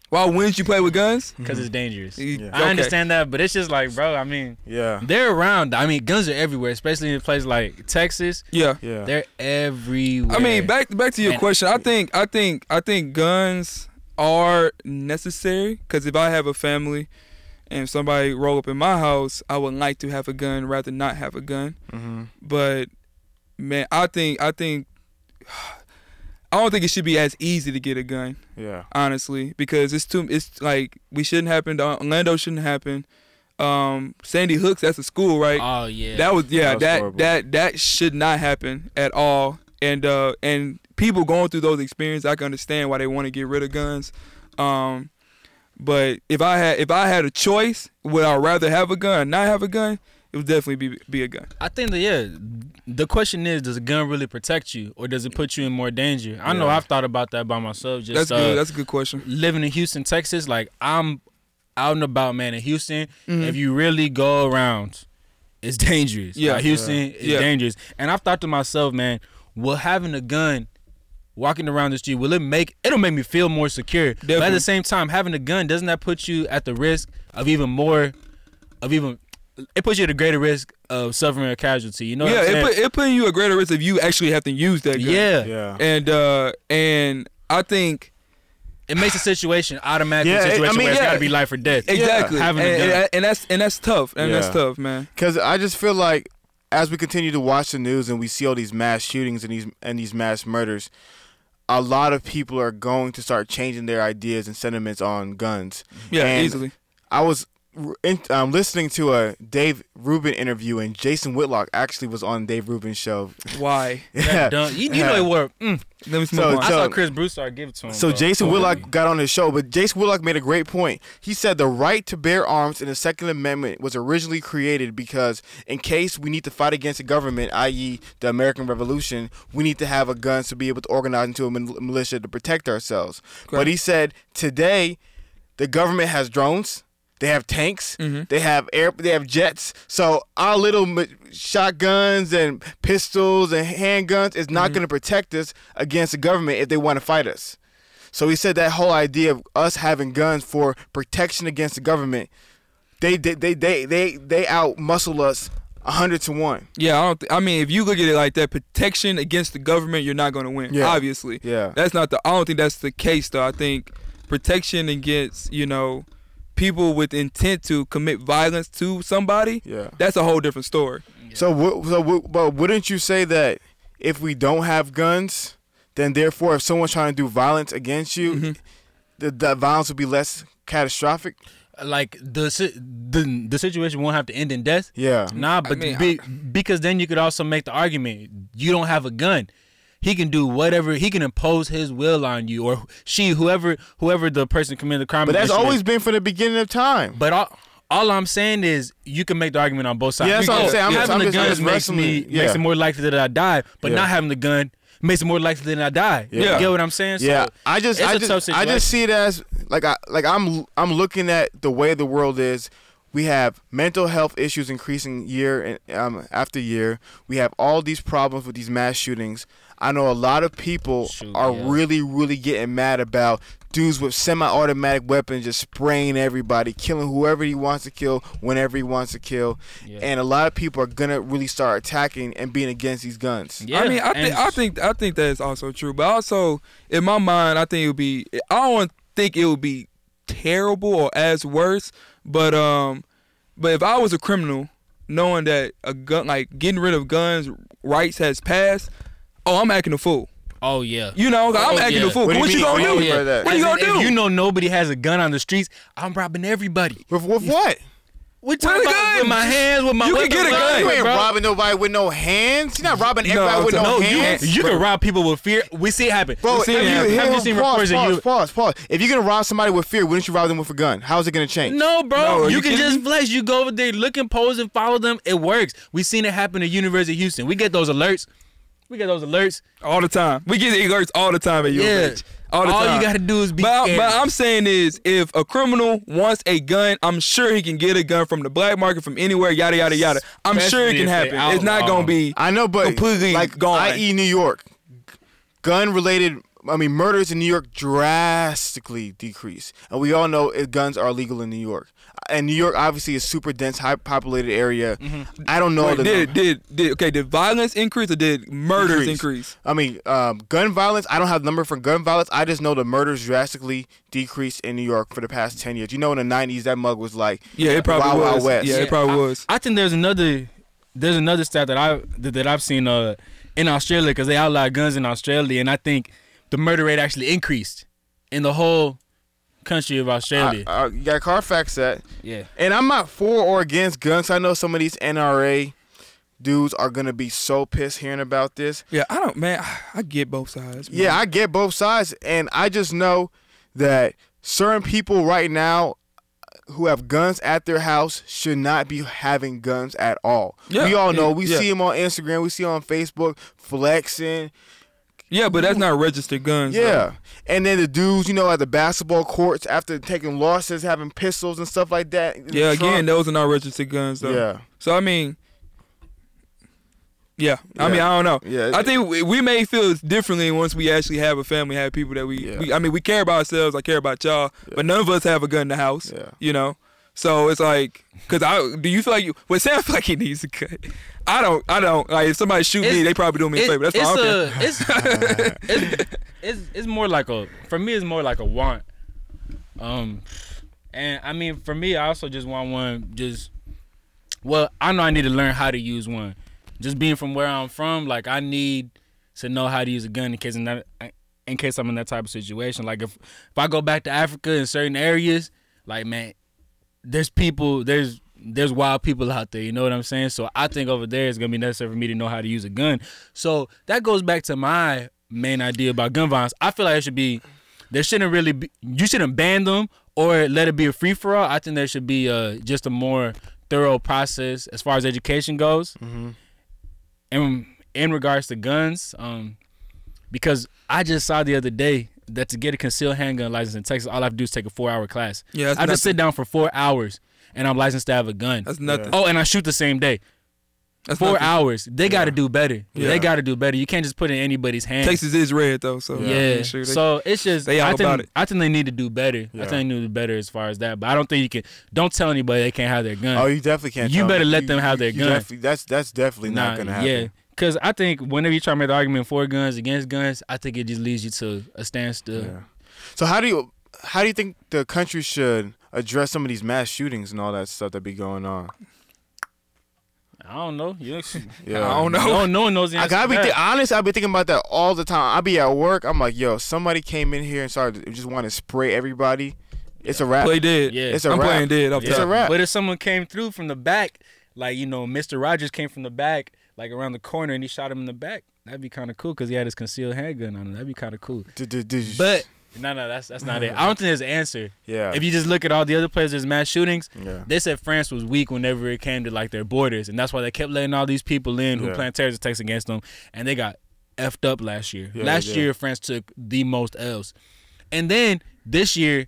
C: Why wouldn't you play with guns?
B: Because it's dangerous.
C: Yeah.
B: I
C: Okay.
B: understand that, but it's just like, bro, I mean,
A: yeah,
B: they're around. I mean, guns are everywhere, especially in places like Texas.
C: Yeah.
A: yeah.
B: They're everywhere.
C: I mean, back back to your
B: And-
C: question. I think I think I think guns are necessary because if I have a family and somebody roll up in my house, I would like to have a gun rather than not have a gun.
A: mm-hmm.
C: But man, I think I think I don't think it should be as easy to get a gun,
A: Yeah,
C: honestly, because it's too it's like we shouldn't happen. Orlando shouldn't happen. Um, Sandy Hooks, that's a school, right?
B: oh yeah,
C: That was yeah,
A: That was
C: that
A: horrible.
C: that that should not happen at all. And uh and people going through those experiences, I can understand why they want to get rid of guns. Um but if I had if I had a choice, would I rather have a gun or not have a gun? It would definitely be be a gun.
B: I think that yeah. The question is, does a gun really protect you, or does it put you in more danger? I know
A: Yeah.
B: I've thought about that by myself. Just
C: That's
B: uh,
C: good. That's a good question.
B: living in Houston, Texas, like I'm out and about, man. In Houston,
C: Mm-hmm.
B: if you really go around, it's dangerous.
C: Yeah.
B: Yeah, Houston is
C: Yeah.
B: dangerous. And I've thought to myself, man, will having a gun, walking around the street, will it make it'll make me feel more secure? But at
C: Definitely.
B: the same time, having a gun doesn't that put you at the risk of even more, of even it puts you at a greater risk of suffering a casualty. You know? what
C: yeah,
B: I'm saying?
C: it put it putting you at greater risk if you actually have to use that gun.
B: yeah.
A: yeah.
C: And uh and I think
B: It makes a situation automatically
A: Yeah, it- I
B: a situation
A: mean,
B: where it's
A: yeah.
B: got to be life or death.
C: exactly.
B: Having a
C: and,
B: gun.
C: and, and that's and that's tough. And that's
A: Yeah.
C: tough, man.
A: Because I just feel like as we continue to watch the news and we see all these mass shootings and these and these mass murders, a lot of people are going to start changing their ideas and sentiments on guns.
C: Yeah,
A: And
C: easily.
A: I was in, um, listening to a Dave Rubin interview, and Jason Whitlock actually was on Dave Rubin's show.
C: Why?
A: Yeah.
B: Done. You, you
A: Yeah.
B: know it were. Mm.
C: Let me
A: So,
C: smoke
B: I
C: one.
A: so-
B: saw Chris Broussard give it to him.
A: So
B: bro.
A: Jason
B: Come on.
A: Whitlock got on his show, but Jason Whitlock made a great point. He said the right to bear arms in the Second Amendment was originally created because, in case we need to fight against the government, i.e., the American Revolution, we need to have a guns to be able to organize into a mil- militia to protect ourselves. But
C: Correct.
A: he said today, the government has drones. They have tanks.
C: Mhm.
A: They have air. They have jets. So our little ma- shotguns and pistols and handguns is not going to protect us against the government if they want to fight us. So he said that whole idea of us having guns for protection against the government, they they they they they, they out muscle us hundred to one.
C: Yeah, I don't. Th- I mean, if you look at it like that, protection against the government, you're not going to win.
A: Yeah.
C: Obviously,
A: Yeah.
C: that's not the. I don't think that's the case though. I think protection against you know people with intent to commit violence to somebody.
A: Yeah.
C: That's a whole different story.
A: So wou- so wou- but wouldn't you say that if we don't have guns, then therefore if someone's trying to do violence against you, the, the violence would be less catastrophic?
B: like the si- the the situation won't have to end in death.
A: Yeah.
B: Nah, but
C: mean,
B: be, because then you could also make the argument you don't have a gun. He can do whatever he can impose his will on you or she, whoever whoever the person committed the crime.
A: But that's
B: against you
A: always
B: is.
A: been from the beginning of time.
B: But all, all I'm saying is you can make the argument on both sides.
A: Yeah, that's
B: You
A: what I'm
B: can-
A: saying. I'm just-
B: having
A: I'm
B: the
A: just- I'm
B: gun
A: just
B: makes me
A: wrestling. Yeah.
B: makes it more likely that I die, but
A: Yeah.
B: not having the gun makes it more likely that I die.
A: Yeah.
B: You get what I'm saying? So
A: Yeah, I just,
B: it's
A: I
B: a tough
A: just, I
B: situation.
A: just see it as like, I like I'm, I'm looking at the way the world is. We have mental health issues increasing year and um, after year. We have all these problems with these mass shootings. I know a lot of people
B: Shoot,
A: are
B: yeah.
A: really, really getting mad about dudes with semi-automatic weapons just spraying everybody, killing whoever he wants to kill, whenever he wants to kill.
B: Yeah.
A: And a lot of people are gonna really start attacking and being against these guns.
B: yeah,
C: I mean, I
B: and-
C: think I think I think that is also true. But also in my mind, I think it would be. I don't think it would be terrible or as worse. But um, but if I was a criminal, knowing that a gun like getting rid of guns rights has passed, oh, I'm acting a fool.
B: oh yeah.
C: You know, I'm
B: Oh,
C: acting a
B: yeah.
C: fool.
A: What
C: What,
A: do you
C: you
A: mean?
C: gonna
A: Oh,
C: do?
A: yeah.
C: What are
B: As
C: you
B: in,
C: gonna
B: if
C: do?
B: you know nobody has a gun on the streets, I'm robbing everybody.
A: With, with what?
B: We talking
C: With a
B: about
C: gun.
B: with my hands, with my
C: You can
B: with the
C: get a
B: gun,
C: gun.
A: You ain't
B: bro.
A: robbing nobody with no hands. You're not robbing
C: No,
A: everybody
C: I'm
A: with no,
C: talking-
B: No, you
A: hands.
B: you can rob people with fear. We see it happen.
A: Bro,
B: we
A: if
B: see
A: you
B: it happen.
A: hit
B: Have you
A: him,
B: seen
A: pause,
B: reports of
A: pause,
B: you?
A: pause, pause. If you're gonna rob somebody with fear, wouldn't you rob them with a gun? How's it gonna change?
B: No, bro.
C: No, are
B: you,
C: you
B: can
C: kidding
B: just
C: me?
B: flex. You go over there, look and pose and follow them. It works. We seen it happen at University of Houston. We get those alerts. We get those alerts.
C: All the time. We get alerts all the time at your
B: Yeah.
C: bitch. All the
B: All you
C: time.
B: gotta do is be
C: But, I- but
B: scared.
C: I'm saying is, if a criminal wants a gun, I'm sure he can get a gun from the black market, from anywhere, yada yada yada. I'm sure it
B: Especially
C: can
B: if they
C: happen. It's not
B: outlaw
C: gonna be.
A: I know, but
C: Completely
A: like
C: gone.
A: i.e. New York, gun-related. I mean, murders in New York drastically decrease, and we all know it, guns are illegal in New York. And New York obviously is super dense, high populated area.
B: Mm-hmm.
A: I don't know
C: Wait,
A: the
C: did
A: number.
C: did did okay? Did violence increase or did murders increase?
A: I mean, um, gun violence. I don't have the number for gun violence. I just know the murders drastically decreased in New York for the past ten years. You know, in the nineties, that mug was like,
C: Yeah, it probably
A: Wild Wild
C: was.
A: West.
C: Yeah,
B: Yeah,
C: it probably
B: I-
C: was.
B: I think there's another there's another stat that I that, that I've seen uh in Australia because they outlawed guns in Australia, and I think the murder rate actually increased in the whole country of
A: I,
B: Australia.
A: I, you got Carfax that.
B: yeah,
A: And I'm not for or against guns. I know some of these NRA dudes are gonna be so pissed hearing about this.
C: Yeah, I don't, man. I get both sides. man.
B: Mm-hmm.
A: Yeah, I get both sides, and I just know that certain people right now who have guns at their house should not be having guns at all.
C: Yeah,
A: we all know.
C: yeah,
A: we
C: yeah.
A: see them on Instagram. We see 'em on Facebook flexing.
C: yeah, but that's not registered guns. though.
A: Yeah, and then the dudes, you know, at the basketball courts after taking losses, having pistols and stuff like that. in the
C: Yeah, again,
A: trunk.
C: those are not registered guns though.
A: Yeah.
C: So I mean, yeah.
A: Yeah.
C: I mean, I don't know.
A: Yeah,
C: I
A: it-
C: think we, we may feel differently once we actually have a family, have people that we.
A: Yeah.
C: we I mean, we care about ourselves. I care about y'all, but none of us have a gun in the house.
A: Yeah.
C: You know. So it's like, cause I do you feel like you? Well, it sounds like he needs a gun. I don't. I don't. Like if somebody shoot me,
B: It's-
C: they probably do me a favor. That's
B: it's,
C: why I don't
B: a, it's, it's, it's it's more like a for me it's more like a want. Um and I mean for me I also just want one just well, I know I need to learn how to use one. Just being from where I'm from, like I need to know how to use a gun in case in that in case I'm in that type of situation. Like if if I go back to Africa in certain areas, like man, there's people there's there's wild people out there. You know what I'm saying? So I think over there it's gonna be necessary for me to know how to use a gun. So that goes back to my main idea about gun violence. I feel like it should be there shouldn't really be you shouldn't ban them or let it be a free for all. I think there should be uh just a more thorough process as far as education goes.
C: Mm-hmm.
B: And in regards to guns, um, because I just saw the other day that to get a concealed handgun license in Texas, all I have to do is take a four hour class.
C: Yeah, that's
B: I just
C: nothing.
B: sit down for four hours and I'm licensed to have a gun.
C: That's nothing.
B: Oh, and I shoot the same day.
C: That's
B: Four
C: nothing.
B: hours. They got to do better.
C: Yeah.
B: They got to do better. You can't just put it in anybody's hands.
C: Texas is red though, so
B: yeah.
C: I'm sure they-
B: so it's just
C: they all
B: I think
C: about it.
B: I think they need to do better. I
A: Yeah.
B: think they need to do better as far as that. But I don't think you can. Don't tell anybody they can't have their gun.
A: Oh, you definitely can't.
B: You
A: tell
B: better
A: me.
B: let them have their gun.
A: definitely- That's that's definitely
B: Nah,
A: not gonna happen.
B: Yeah, because I think whenever you try to make the argument for guns against guns, I think it just leads you to a standstill.
A: Yeah. So how do you how do you think the country should address some of these mass shootings and all that stuff that be going on?
B: I don't know. You
A: Yeah.
C: I don't know.
B: No, no one knows the
A: I
B: answer.
A: gotta
B: to
A: be
B: that.
A: th- honest. I be thinking about that all the time. I be at work. I'm like, yo, somebody came in here and started to just want to spray everybody. It's a wrap.
C: play dead.
B: Yeah.
A: It's a
C: I'm
A: wrap.
C: playing dead. Off
A: It's
C: top.
A: a wrap.
B: But if someone came through from the back, like you know, Mr. Rogers came from the back, like around the corner, and he shot him in the back, that'd be kind of cool because he had his concealed handgun on him. That'd be kind of cool.
A: Did- did- did you-
B: But no, no, that's that's not it. I don't think there's an answer.
A: yeah,
B: If you just look at all the other places, there's mass shootings.
A: yeah,
B: They said France was weak whenever it came to like their borders, and that's why they kept letting all these people in who
A: Yeah.
B: planned terrorist attacks against them, and they got effed up last year.
A: Yeah,
B: last
A: they did.
B: year, France took the most L's, and then this year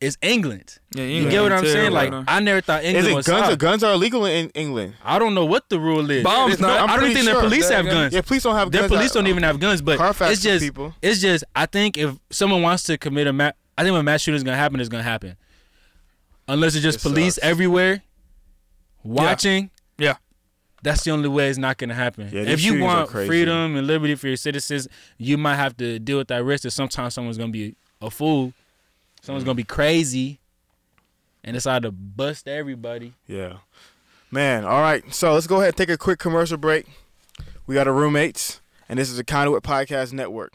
B: is England.
C: Yeah,
B: You get what I'm saying? Like
C: I
B: I never thought
A: is
B: England
A: it
B: was
A: guns?
B: guns
A: Are, guns are illegal in England.
B: I don't know what the rule is.
C: Bombs
B: It's
C: not-
B: no-
A: I'm
B: I don't
A: pretty
B: even think their
A: sure.
B: police
C: Their
B: have
C: guns-
B: guns.
A: Yeah, police don't have
B: Their
A: guns.
B: police
A: I-
B: don't even have guns. But
A: Carfax
B: it's just
A: people.
B: it's just I think if someone wants to commit a ma- I think when a mass shooting is gonna happen, it's gonna happen. Unless it's just
A: It
B: police
A: sucks.
B: everywhere watching.
C: Yeah.
B: That's the only way it's not gonna happen.
A: Yeah, these
B: if you
A: shootings are
B: want
A: crazy.
B: freedom and liberty for your citizens, you might have to deal with that risk that sometimes someone's gonna be a fool, someone's
A: Mm.
B: gonna be crazy, and decide to bust everybody.
A: Yeah. Man, all right. So let's go ahead and take a quick commercial break. We got our roommates, and this is the Conduit Podcast Network.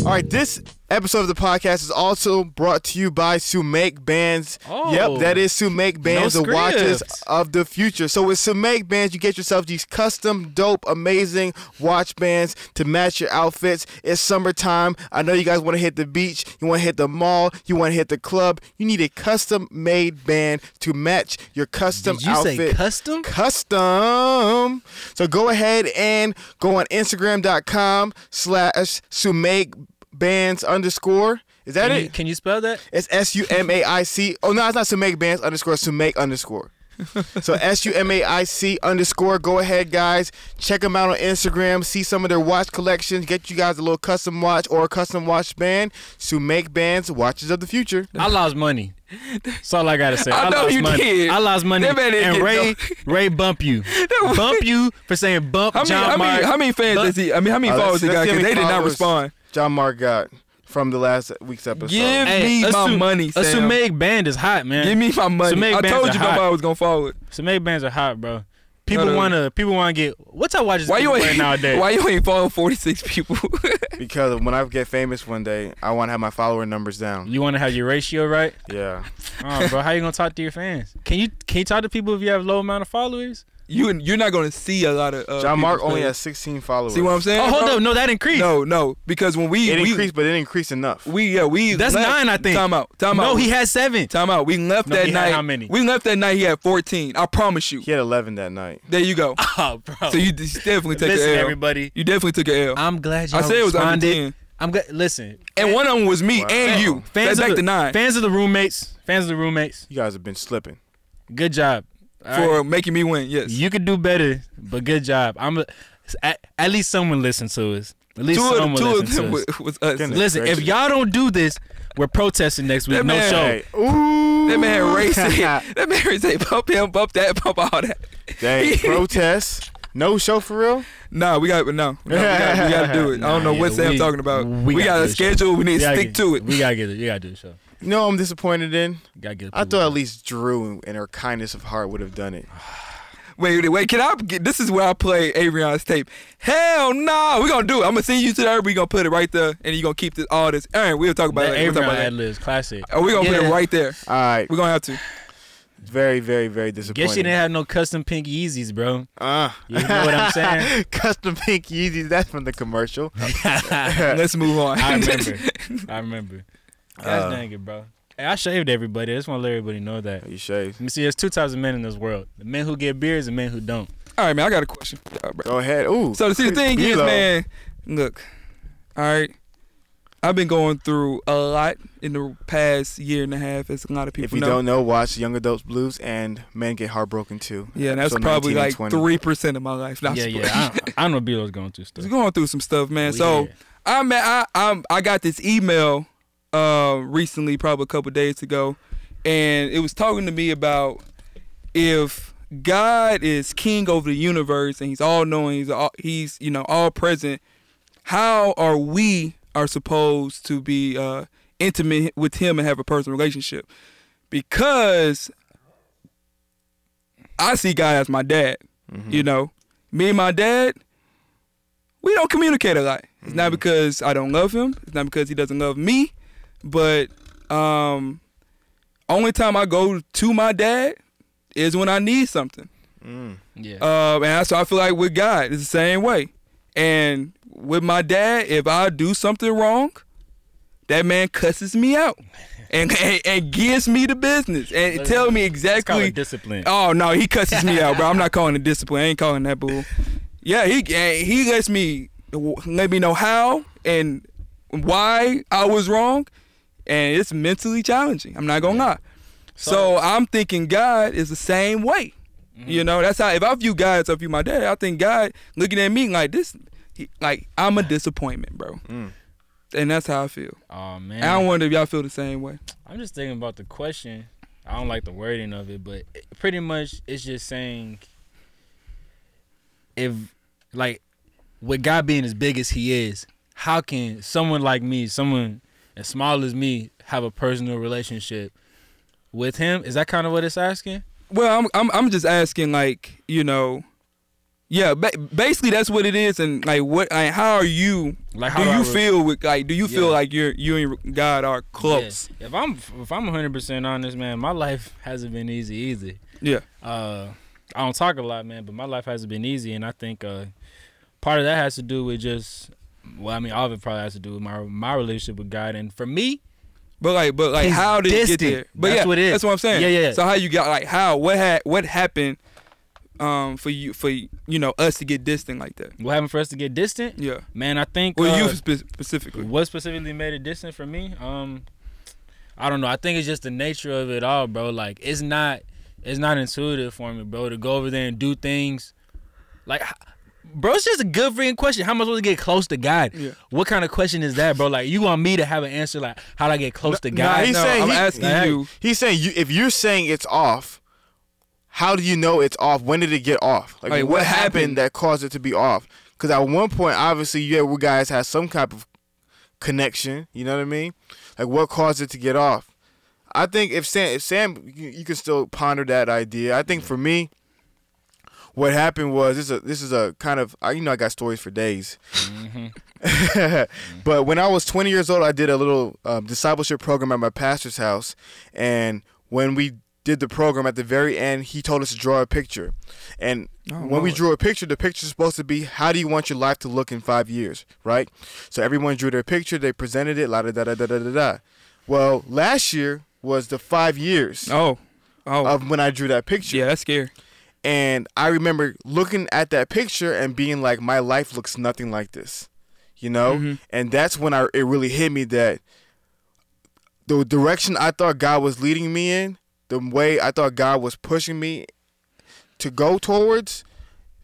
A: All right, this episode of the podcast is also brought to you by Sumac Bands.
B: Oh.
A: Yep, that is Sumac Bands, the
B: script.
A: watches of the future. So with Sumac Bands, you get yourself these custom, dope, amazing watch bands to match your outfits. It's summertime. I know you guys want to hit the beach, you want to hit the mall, you want to hit the club. You need a custom-made band to match your custom
B: Did you
A: outfit
B: say custom?
A: custom. So go ahead and go on Instagram.com slash Sumake Bands underscore. Is that
B: Can
A: it?
B: you, can you spell that?
A: It's S U M A I C. Oh no, it's not Sumake Bands underscore Sumake underscore. so S U M A I C underscore. Go ahead, guys. Check them out on Instagram. See some of their watch collections. Get you guys a little custom watch or a custom watch band. Sumake Bands Watches of the Future.
B: I lost money. That's all I gotta say.
C: I
B: I,
C: know
B: lost
C: you
B: money.
C: did.
B: I lost money.
C: That man didn't
B: And
C: get
B: Ray, Ray, bump you, bump you for saying bump
C: How many,
B: John
C: how, many,
B: Mark. Oh,
C: how many fans
B: But-
C: does he? I mean, how many
A: Uh, let's-
C: followers he got?
A: let's see how
C: Because they
A: many
C: did not
A: followers
C: respond.
A: John Mark got from the last week's episode.
C: Give me
B: a
C: my
B: Su-
C: money,
B: A
C: Sam.
B: Sumeg band is hot, man.
C: Give me my money.
B: Sumac
C: I
B: bands
C: told
B: are
C: you
B: hot.
C: nobody was gonna follow it.
B: Sumeg bands are hot, bro. People
C: No, no.
B: wanna, people wanna get. What's our watches
C: Why you
B: wearing
C: ain't
B: nowadays?
C: Why you ain't follow 46 people?
A: Because when I get famous one day, I want to have my follower numbers down.
B: You wanna have your ratio right?
A: Yeah.
B: Oh, bro, how you gonna talk to your fans? Can you can you talk to people if you have low amount of followers?
C: you you're not gonna see a lot of. Uh,
A: John Mark
C: people's
A: only has
C: fans.
A: 16 followers.
C: See what I'm saying?
B: oh, hold
C: bro?
B: up, no, that increased.
C: No, no, because when we
A: It
C: we
A: increased, but it increased enough.
C: we yeah we
B: that's
C: left-
B: nine, I think.
C: Time out. Time out.
B: No, he had seven.
C: Time out. We left
B: No,
C: that
B: he had
C: night.
B: how many?
C: We left that night. He had 14. I promise you.
A: He had 11 that night.
C: There you go.
B: Oh, bro.
C: So you d- definitely took
B: listen,
C: a L.
B: everybody.
C: You definitely took a L.
B: I'm glad you
C: I said it was under
B: responded.
C: 10.
B: I'm glad. Listen,
C: and one of them was me
A: Wow.
C: and you.
B: fans
C: That's
B: of
C: back
B: the,
C: to nine
B: Fans of the roommates. Fans of the roommates.
A: You guys have been slipping.
B: Good job. All
C: for
B: right.
C: making me win. Yes.
B: you could do better, but good job. I'm a, at, at least someone listened to us. At least
C: two of,
B: someone
C: them- two
B: listened
C: of them
B: to
C: was,
B: us.
C: was us.
A: Goodness.
B: Listen, if
A: Gracious.
B: y'all don't do this, we're protesting next week.
C: That
B: no
C: man-
B: show.
A: Hey, ooh.
C: That man Ray said, that man Ray said, bump him, bump that, bump all that.
A: Dang, protest. No show for real?
C: Nah, we got, no, no we, got, we got to do it. I don't know
B: Nah,
C: what
B: yeah,
C: Sam
B: we-
C: talking about.
B: we
C: We,
B: gotta
C: got
B: do
C: a
B: the show.
C: schedule. We need
B: We
C: to
B: gotta
C: stick
B: get-
C: to it.
B: We gotta get it. You gotta do the show.
A: You know what I'm disappointed in?
B: You gotta get. the
A: I
B: people
A: thought at
B: to-
A: least Drew, in her kindness of heart, would have done it.
C: Wait, wait, wait. Can I get this? Is where I play Avion's tape. Hell no, we're gonna do it. I'm gonna send you to there. We're gonna put it right there, and you're gonna keep this all this. Aaron, we'll talk about
B: That
C: it. Later. We'll talk
B: Abraham
C: about
B: ad
C: that.
B: libs classic.
C: Oh, we're gonna put
B: Yeah.
C: it right there.
A: All right.
C: We're gonna have to.
A: Very, very, very disappointing.
B: Guess she didn't have no custom pink Yeezys, bro.
A: Ah.
B: You know what I'm saying?
A: Custom pink Yeezys. That's from the commercial.
B: I
C: Let's move on.
B: remember. I remember. That's
A: Uh,
B: dang it, bro. Hey, I shaved everybody. I just want to let everybody know that.
A: You shaved.
B: You see, there's two types of men in this world: the men who get beards and men who don't.
C: all right, man. I got a question. for y'all, bro.
A: Go ahead. Ooh.
C: So see, the thing is,
A: Below.
C: man. Look, all right. I've been going through a lot in the past year and a half, as a lot of people
A: If you
C: know.
A: don't know, watch Young Adults Blues and Men Get Heartbroken Too.
C: yeah, and that's
A: Episode
C: probably
A: 19 and 20.
C: like three percent of my life. Not
B: yeah,
C: split.
B: yeah. I, I know Beatles going through
C: Just
B: stuff.
C: going through some stuff, man.
B: We
C: so
B: here.
C: I'm, I I'm I got this email uh, recently, probably a couple days ago, and it was talking to me about if God is king over the universe and He's all knowing, He's all, He's you know all present. How are we are supposed to be uh, intimate with Him and have a personal relationship? Because I see God as my dad.
B: Mm-hmm.
C: You know, me and my dad, we don't communicate a lot. It's not because I don't love him. It's not because he doesn't love me. But um, only time I go to my dad is when I need something.
A: Mm.
B: Yeah.
C: Uh, and that's how I feel like with God, it's the same way. And with my dad, if I do something wrong, that man cusses me out and and, and gives me the business and tell me
B: It's called
C: exactly
B: discipline.
C: Oh no, he cusses me out, bro. I'm not calling it discipline. I ain't calling that bull. Yeah, he eh, he lets me let me know how and why I was wrong, and it's mentally challenging. I'm not gonna lie. So,
B: So-
C: I'm thinking God is the same way. You know, that's how if I view God as I view my dad, I think God looking at me like this, he, like I'm a disappointment, bro.
A: Mm.
C: And that's how I feel.
B: Oh man.
C: And I wonder if y'all feel the same way.
B: I'm just thinking about the question. I don't like the wording of it, but it- pretty much it's just saying if like with God being as big as he is, how can someone like me, someone as small as me, have a personal relationship with him? Is that kind of what it's asking?
C: Well, I'm I'm I'm just asking, like you know, yeah. Ba- basically, that's what it is, and like what, like how are you?
B: Like
C: do
B: do
C: you
B: I re-
C: feel with like? Do you feel
B: Yeah.
C: like you're you and God are close?
B: Yeah. If I'm if I'm 100% honest, man, my life hasn't been easy either.
C: Yeah.
B: uh I don't talk a lot, man, but my life hasn't been easy, and I think uh, part of that has to do with just, well, I mean, all of it probably has to do with my my relationship with God, and for me,
C: But like, but like,
B: He's
C: how did it
B: distant.
C: get there? But
B: That's
C: yeah,
B: what it is.
C: that's what I'm saying.
B: Yeah, yeah, yeah.
C: So how you got like how what had what happened? Um, for you for you know us to get distant like that.
B: what happened for us to get distant,
C: Yeah.
B: man, I think
C: Well,
B: uh,
C: you spe- specifically.
B: what specifically made it distant for me, um, I don't know. I think it's just the nature of it all, bro. Like it's not it's not intuitive for me, bro, to go over there and do things like. h- Bro, it's just a good freaking question. How am I supposed to get close to God?
C: Yeah.
B: What kind of question is that, bro? Like, you want me to have an answer like how do I get close to
A: nah,
B: God?
A: he's
C: no,
A: saying
C: I'm
A: he-
C: asking
B: Like,
C: you.
A: He's saying you, if you're saying it's off, how do you know it's off? When did it get off? Like,
C: Like,
A: what,
C: what
A: happened,
C: happened?
A: that caused it to be off? Because at one point, obviously, yeah, we guys had some type of connection. You know what I mean? Like what caused it to get off? I think if Sam, if Sam, you, you can still ponder that idea. I think for me, what happened was this is a this is a kind of I, you know I got stories for days.
C: Mm-hmm.
A: but when I was 20 years old, I did a little um, discipleship program at my pastor's house, and when we did the program at the very end, he told us to draw a picture, and
C: Oh,
A: when we
C: Lord.
A: drew a picture, the picture's supposed to be how do you want your life to look in five years, right? So everyone drew their picture, they presented it, la da da da da da da. da. Well, last year was the five years
C: Oh, oh,
A: of when I drew that picture.
C: yeah. That's scary.
A: And I remember looking at that picture and being like, my life looks nothing like this, you know?
C: Mhm.
A: And that's when I, it really hit me that the direction I thought God was leading me in, the way I thought God was pushing me to go towards,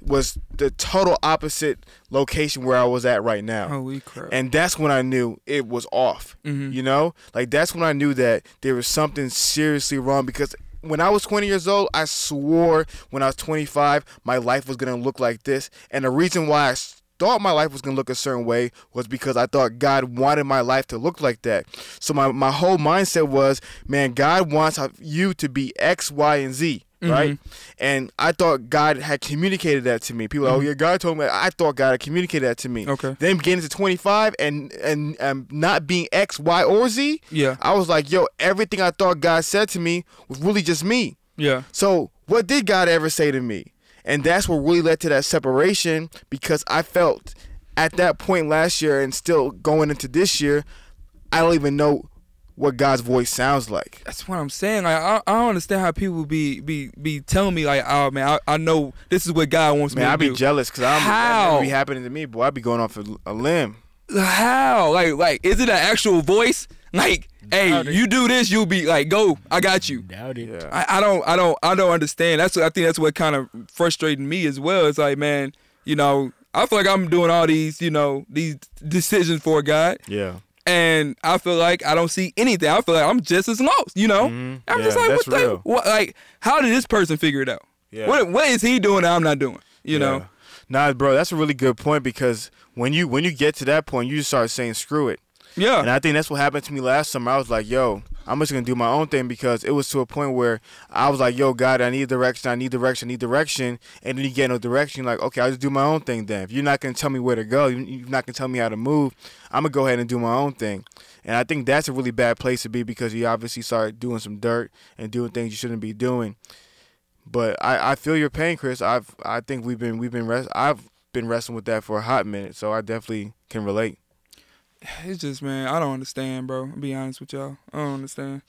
A: was the total opposite location where I was at right now.
C: Holy crap.
A: And that's when I knew it was off.
C: Mhm.
A: You know, like that's when I knew that there was something seriously wrong because when I was 20 years old, I swore when I was 25 my life was going to look like this. And the reason why I s- thought my life was going to look a certain way was because I thought God wanted my life to look like that. So my, my whole mindset was, man, God wants you to be X, Y, and Z. right? And I thought God had communicated that to me. People, are, oh yeah, God told me. I thought God had communicated that to me.
C: Okay.
A: Then getting to 25 and and um, not being X, Y, or Z,
C: Yeah.
A: I was like, yo, everything I thought God said to me was really just me.
C: Yeah.
A: So what did God ever say to me? And that's what really led to that separation because I felt at that point last year and still going into this year, I don't even know what God's voice sounds like.
C: That's what I'm saying. Like I, I don't understand how people be be be telling me like, oh man, I, I know this is what God wants
A: Man,
C: me to
A: I'd be
C: do.
A: jealous because I'm
C: How?
A: that be happening to me, boy. I'd be going off a, a limb.
C: how? Like like is it an actual voice? Like, hey,
B: Howdy.
C: you do this, you'll be like, go, I got you.
B: Doubt it.
A: Yeah.
C: I, I don't I don't I don't understand. That's what I think that's what kind of frustrating me as well. It's like, man, you know, I feel like I'm doing all these, you know, these decisions for God.
A: Yeah.
C: and I feel like I don't see anything. I feel like I'm just as lost, you know.
A: Mhm.
C: I'm just
A: Yeah,
C: like,
A: that's
C: what the,
A: real.
C: what, like, how did this person figure it out?
A: Yeah.
C: What, what is he doing that I'm not doing?
A: Yeah.
C: You know?
A: Nah, bro, that's a really good point because when you when you get to that point, you just start saying screw it.
C: Yeah.
A: And I think that's what happened to me last summer. I was like, yo, I'm just gonna do my own thing because it was to a point where I was like, yo, God, I need direction, I need direction, I need direction. And then you get no direction, you're like, okay, I'll just do my own thing then. If you're not gonna tell me where to go, you- you're not gonna tell me how to move, I'm gonna go ahead and do my own thing. And I think that's a really bad place to be because you obviously start doing some dirt and doing things you shouldn't be doing. But I, I feel your pain, Chris. I've I think we've been we've been rest I've been wrestling with that for a hot minute, so I definitely can relate.
C: it's just, man, I don't understand, bro. I'll be honest with y'all. I don't understand.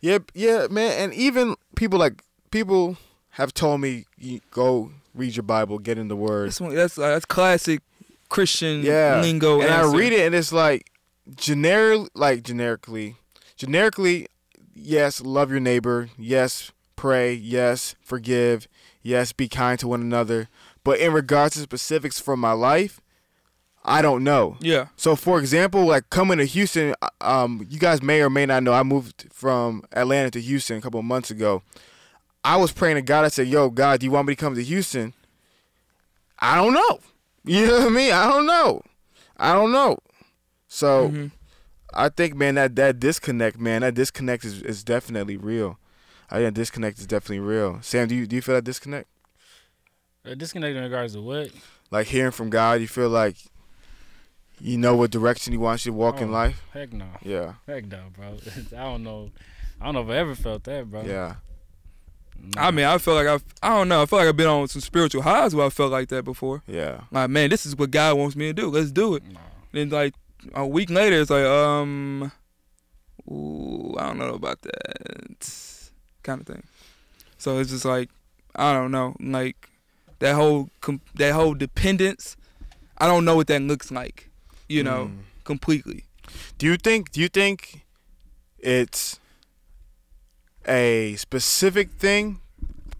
A: Yeah, yeah, man. And even people like people have told me you go read your Bible, get in the Word.
C: That's, one, that's, uh, that's classic Christian
A: Yeah,
C: lingo.
A: and
C: answer.
A: I read it, and it's like generic, like generically, generically, yes, love your neighbor, yes, pray, yes, forgive, yes, be kind to one another. But in regards to specifics from my life, I don't know.
C: Yeah.
A: So, for example, like coming to Houston, um, you guys may or may not know, I moved from Atlanta to Houston a couple of months ago. I was praying to God. I said, "Yo, God, do you want me to come to Houston?" I don't know. You know what I mean? I don't know. I don't know. So,
C: Mhm.
A: I think, man, that that disconnect, man, that disconnect is, is definitely real. I think disconnect is definitely real. Sam, do you do you feel that disconnect?
B: Uh, Disconnect in regards to what?
A: Like hearing from God, you feel like you know what direction He wants you to walk in
B: Oh.
A: life.
B: Heck no.
A: Yeah,
B: Heck no, bro. I don't know. I don't know if I ever felt that, bro.
A: yeah.
B: Nah.
C: I mean, I feel like I've, I don't know. I feel like I've been on some spiritual highs where I felt like that before.
A: Yeah.
C: Like, man, this is what God wants me to do. Let's do it.
B: Nah.
C: Then like a week later, it's like um, ooh, I don't know about that kind of thing. So it's just like I don't know, like that whole com- that whole dependence. I don't know what that looks like, you know,
A: Mm.
C: completely.
A: Do you think do you think it's a specific thing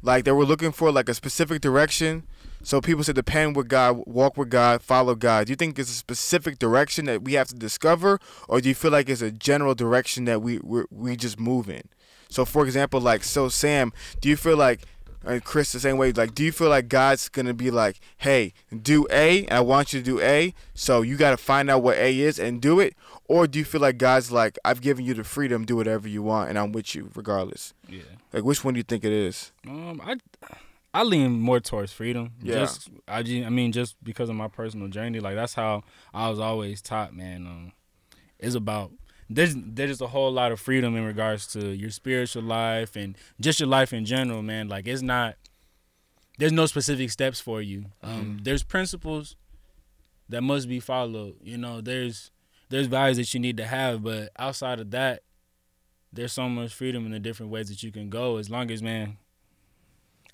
A: like they were looking for like a specific direction? So people said depend with God, walk with God, follow God. Do you think it's a specific direction that we have to discover or do you feel like it's a general direction that we we we just move in? So for example, like so Sam, do you feel like and Uh, Chris the same way, like do you feel like God's gonna be like, Hey, do A, I want you to do A, so you gotta find out what A is and do it? Or do you feel like God's like, I've given you the freedom, do whatever you want and I'm with you regardless?
B: Yeah.
A: Like which one do you think it is?
B: Um, I I lean more towards freedom.
A: Yeah.
B: Just I, ju- I mean just because of my personal journey, like that's how I was always taught, man. Um, it's about there's there's just a whole lot of freedom in regards to your spiritual life and just your life in general, man. Like it's not there's no specific steps for you. Um, there's principles that must be followed. You know, there's there's values that you need to have, but outside of that, there's so much freedom in the different ways that you can go. As long as man,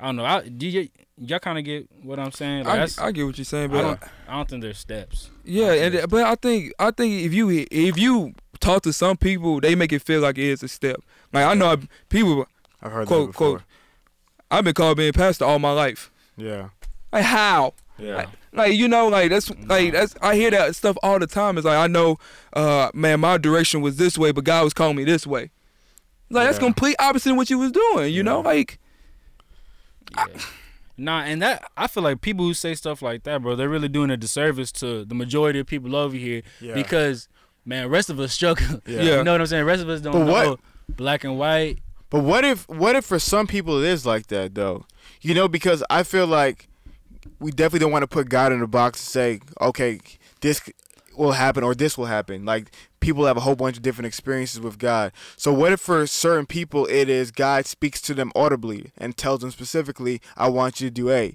B: I don't know. I, do you y'all kind of get what I'm saying? Like,
C: I,
B: that's- I,
C: I get what you're saying, but
B: don't I don't think there's steps.
C: yeah, and, but I think I think if you if you talk to some people, they make it feel like it is a step. Like I know I, people,
A: I've heard
C: Quote,
A: that before.
C: quote. I've been called being pastor all my life.
A: Yeah.
C: Like how?
A: Yeah.
C: Like, like, you know, like that's like that's I hear that stuff all the time. It's like I know, uh, man, my direction was this way, but God was calling me this way. Like that's
A: Yeah.
C: complete opposite of what you was doing. You know,
A: Yeah.
C: like
B: Yeah. Nah, and that I feel like people who say stuff like that, bro, they're really doing a disservice to the majority of people over here
A: Yeah.
B: because man, rest of us struggle.
A: Yeah.
C: Yeah.
B: You know what I'm saying? Rest of us don't
A: But what-
B: know black and white.
A: But what if what if for some people it is like that though? You know, because I feel like we definitely don't want to put God in a box and say, okay, this will happen or this will happen. Like people have a whole bunch of different experiences with God. So what if for certain people it is God speaks to them audibly and tells them specifically, I want you to do A.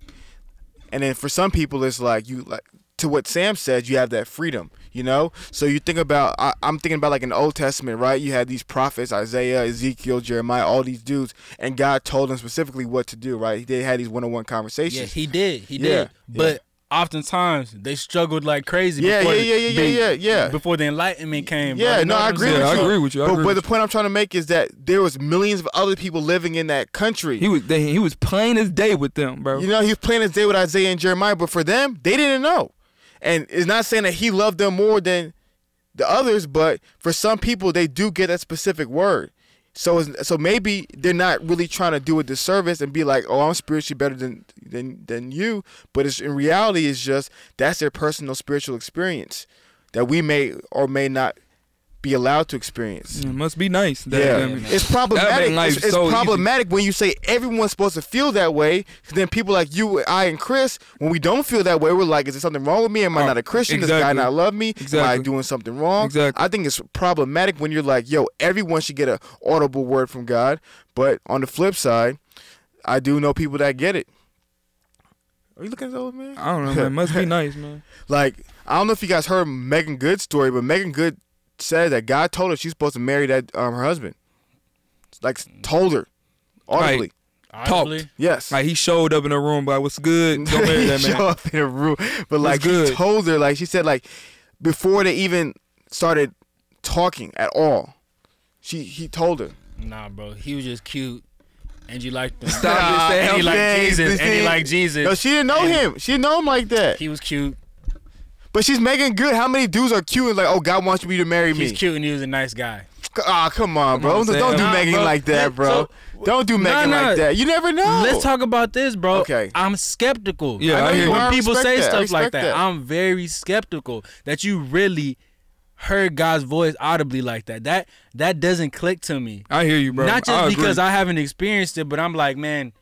A: And then for some people it's like you like to what Sam said, you have that freedom, you know? So you think about, I, I'm thinking about like in the Old Testament, right? You had these prophets, Isaiah, Ezekiel, Jeremiah, all these dudes, and God told them specifically what to do, right? They had these one on one
B: Yeah,
A: conversations.
B: he did. He
A: Yeah,
B: did. But oftentimes they struggled like crazy.
A: Yeah,
B: before
A: yeah,
B: the
A: yeah, yeah,
B: big-
A: yeah, yeah.
B: Before the Enlightenment came. bro.
A: Yeah,
B: You
A: no,
B: know
A: I
B: what I'm
A: agree,
B: saying?
A: with
C: Yeah, I
A: you.
C: agree with you. I
A: but,
C: agree
A: but
C: with
A: the point I'm trying to make is that there was millions of other people living in that country.
C: He was they, he was plain as day with them, bro.
A: You know, he was playing his day with Isaiah and Jeremiah, but for them, they didn't know. And it's not saying that he loved them more than the others, but for some people, they do get that specific word. So, it's, so maybe they're not really trying to do a disservice and be like, "Oh, I'm spiritually better than than than you," but it's in reality, it's just that's their personal spiritual experience that we may or may not be allowed to experience.
C: It must be nice. That,
A: Yeah,
C: that-
A: it's problematic.
C: life
A: It's, it's
C: so easy.
A: problematic when you say everyone's supposed to feel that way. 'cause Then people like you, I, and Chris, when we don't feel that way, we're like, is there something wrong with me? Am I
C: Oh,
A: not a Christian? Does God
C: exactly.
A: not love me? Am I
C: Exactly.
A: doing something wrong?
C: Exactly.
A: I think it's problematic when you're like, yo, everyone should get an audible word from God. But on the flip side, I do know people that get it. Are you looking at the old man?
C: I don't know, man. It must be nice, man.
A: Like, I don't know if you guys heard Megan Good's story, but Megan Good said that God told her she's supposed to marry that um, her husband. Like, told her audibly.
C: Mm. Right.
B: Audibly.
A: Yes.
C: Like he showed up in the room, like what's good? Don't marry that
A: Show
C: man.
A: up in a room, but like
C: good.
A: he told her, like she said, like before they even started talking at all, she he told her.
B: Nah, bro. He was just cute, and you liked him.
C: Stop it,
B: And
A: Sam.
B: he liked
A: Dang,
B: Jesus.
A: this
B: And he
A: thing-
B: liked Jesus.
A: No, she didn't know
B: And-
A: him. She didn't know him like that.
B: He was cute.
A: But she's making good. How many dudes are cute and like, oh, God wants me to marry
B: He's
A: me?
B: cute, and he was a nice guy.
A: Ah, come on, bro. don't,
C: on, Sam.
A: do
B: Nah,
A: Megan
B: bro.
A: like that,
B: That-
A: bro.
B: so-
A: don't do
B: Nah,
A: Megan
B: nah.
A: like that. You never know.
B: Let's talk about this, bro.
A: Okay.
B: I'm skeptical.
C: Yeah, I
B: I know
C: hear you.
A: I
B: when people
A: respect
B: say
A: that. I
B: stuff like
A: respect
B: that,
A: that.
B: I'm very skeptical that you really heard God's voice audibly like that. That that doesn't click to me.
C: I hear you, bro.
B: Not just
C: I agree.
B: because I haven't experienced it, but I'm like, man.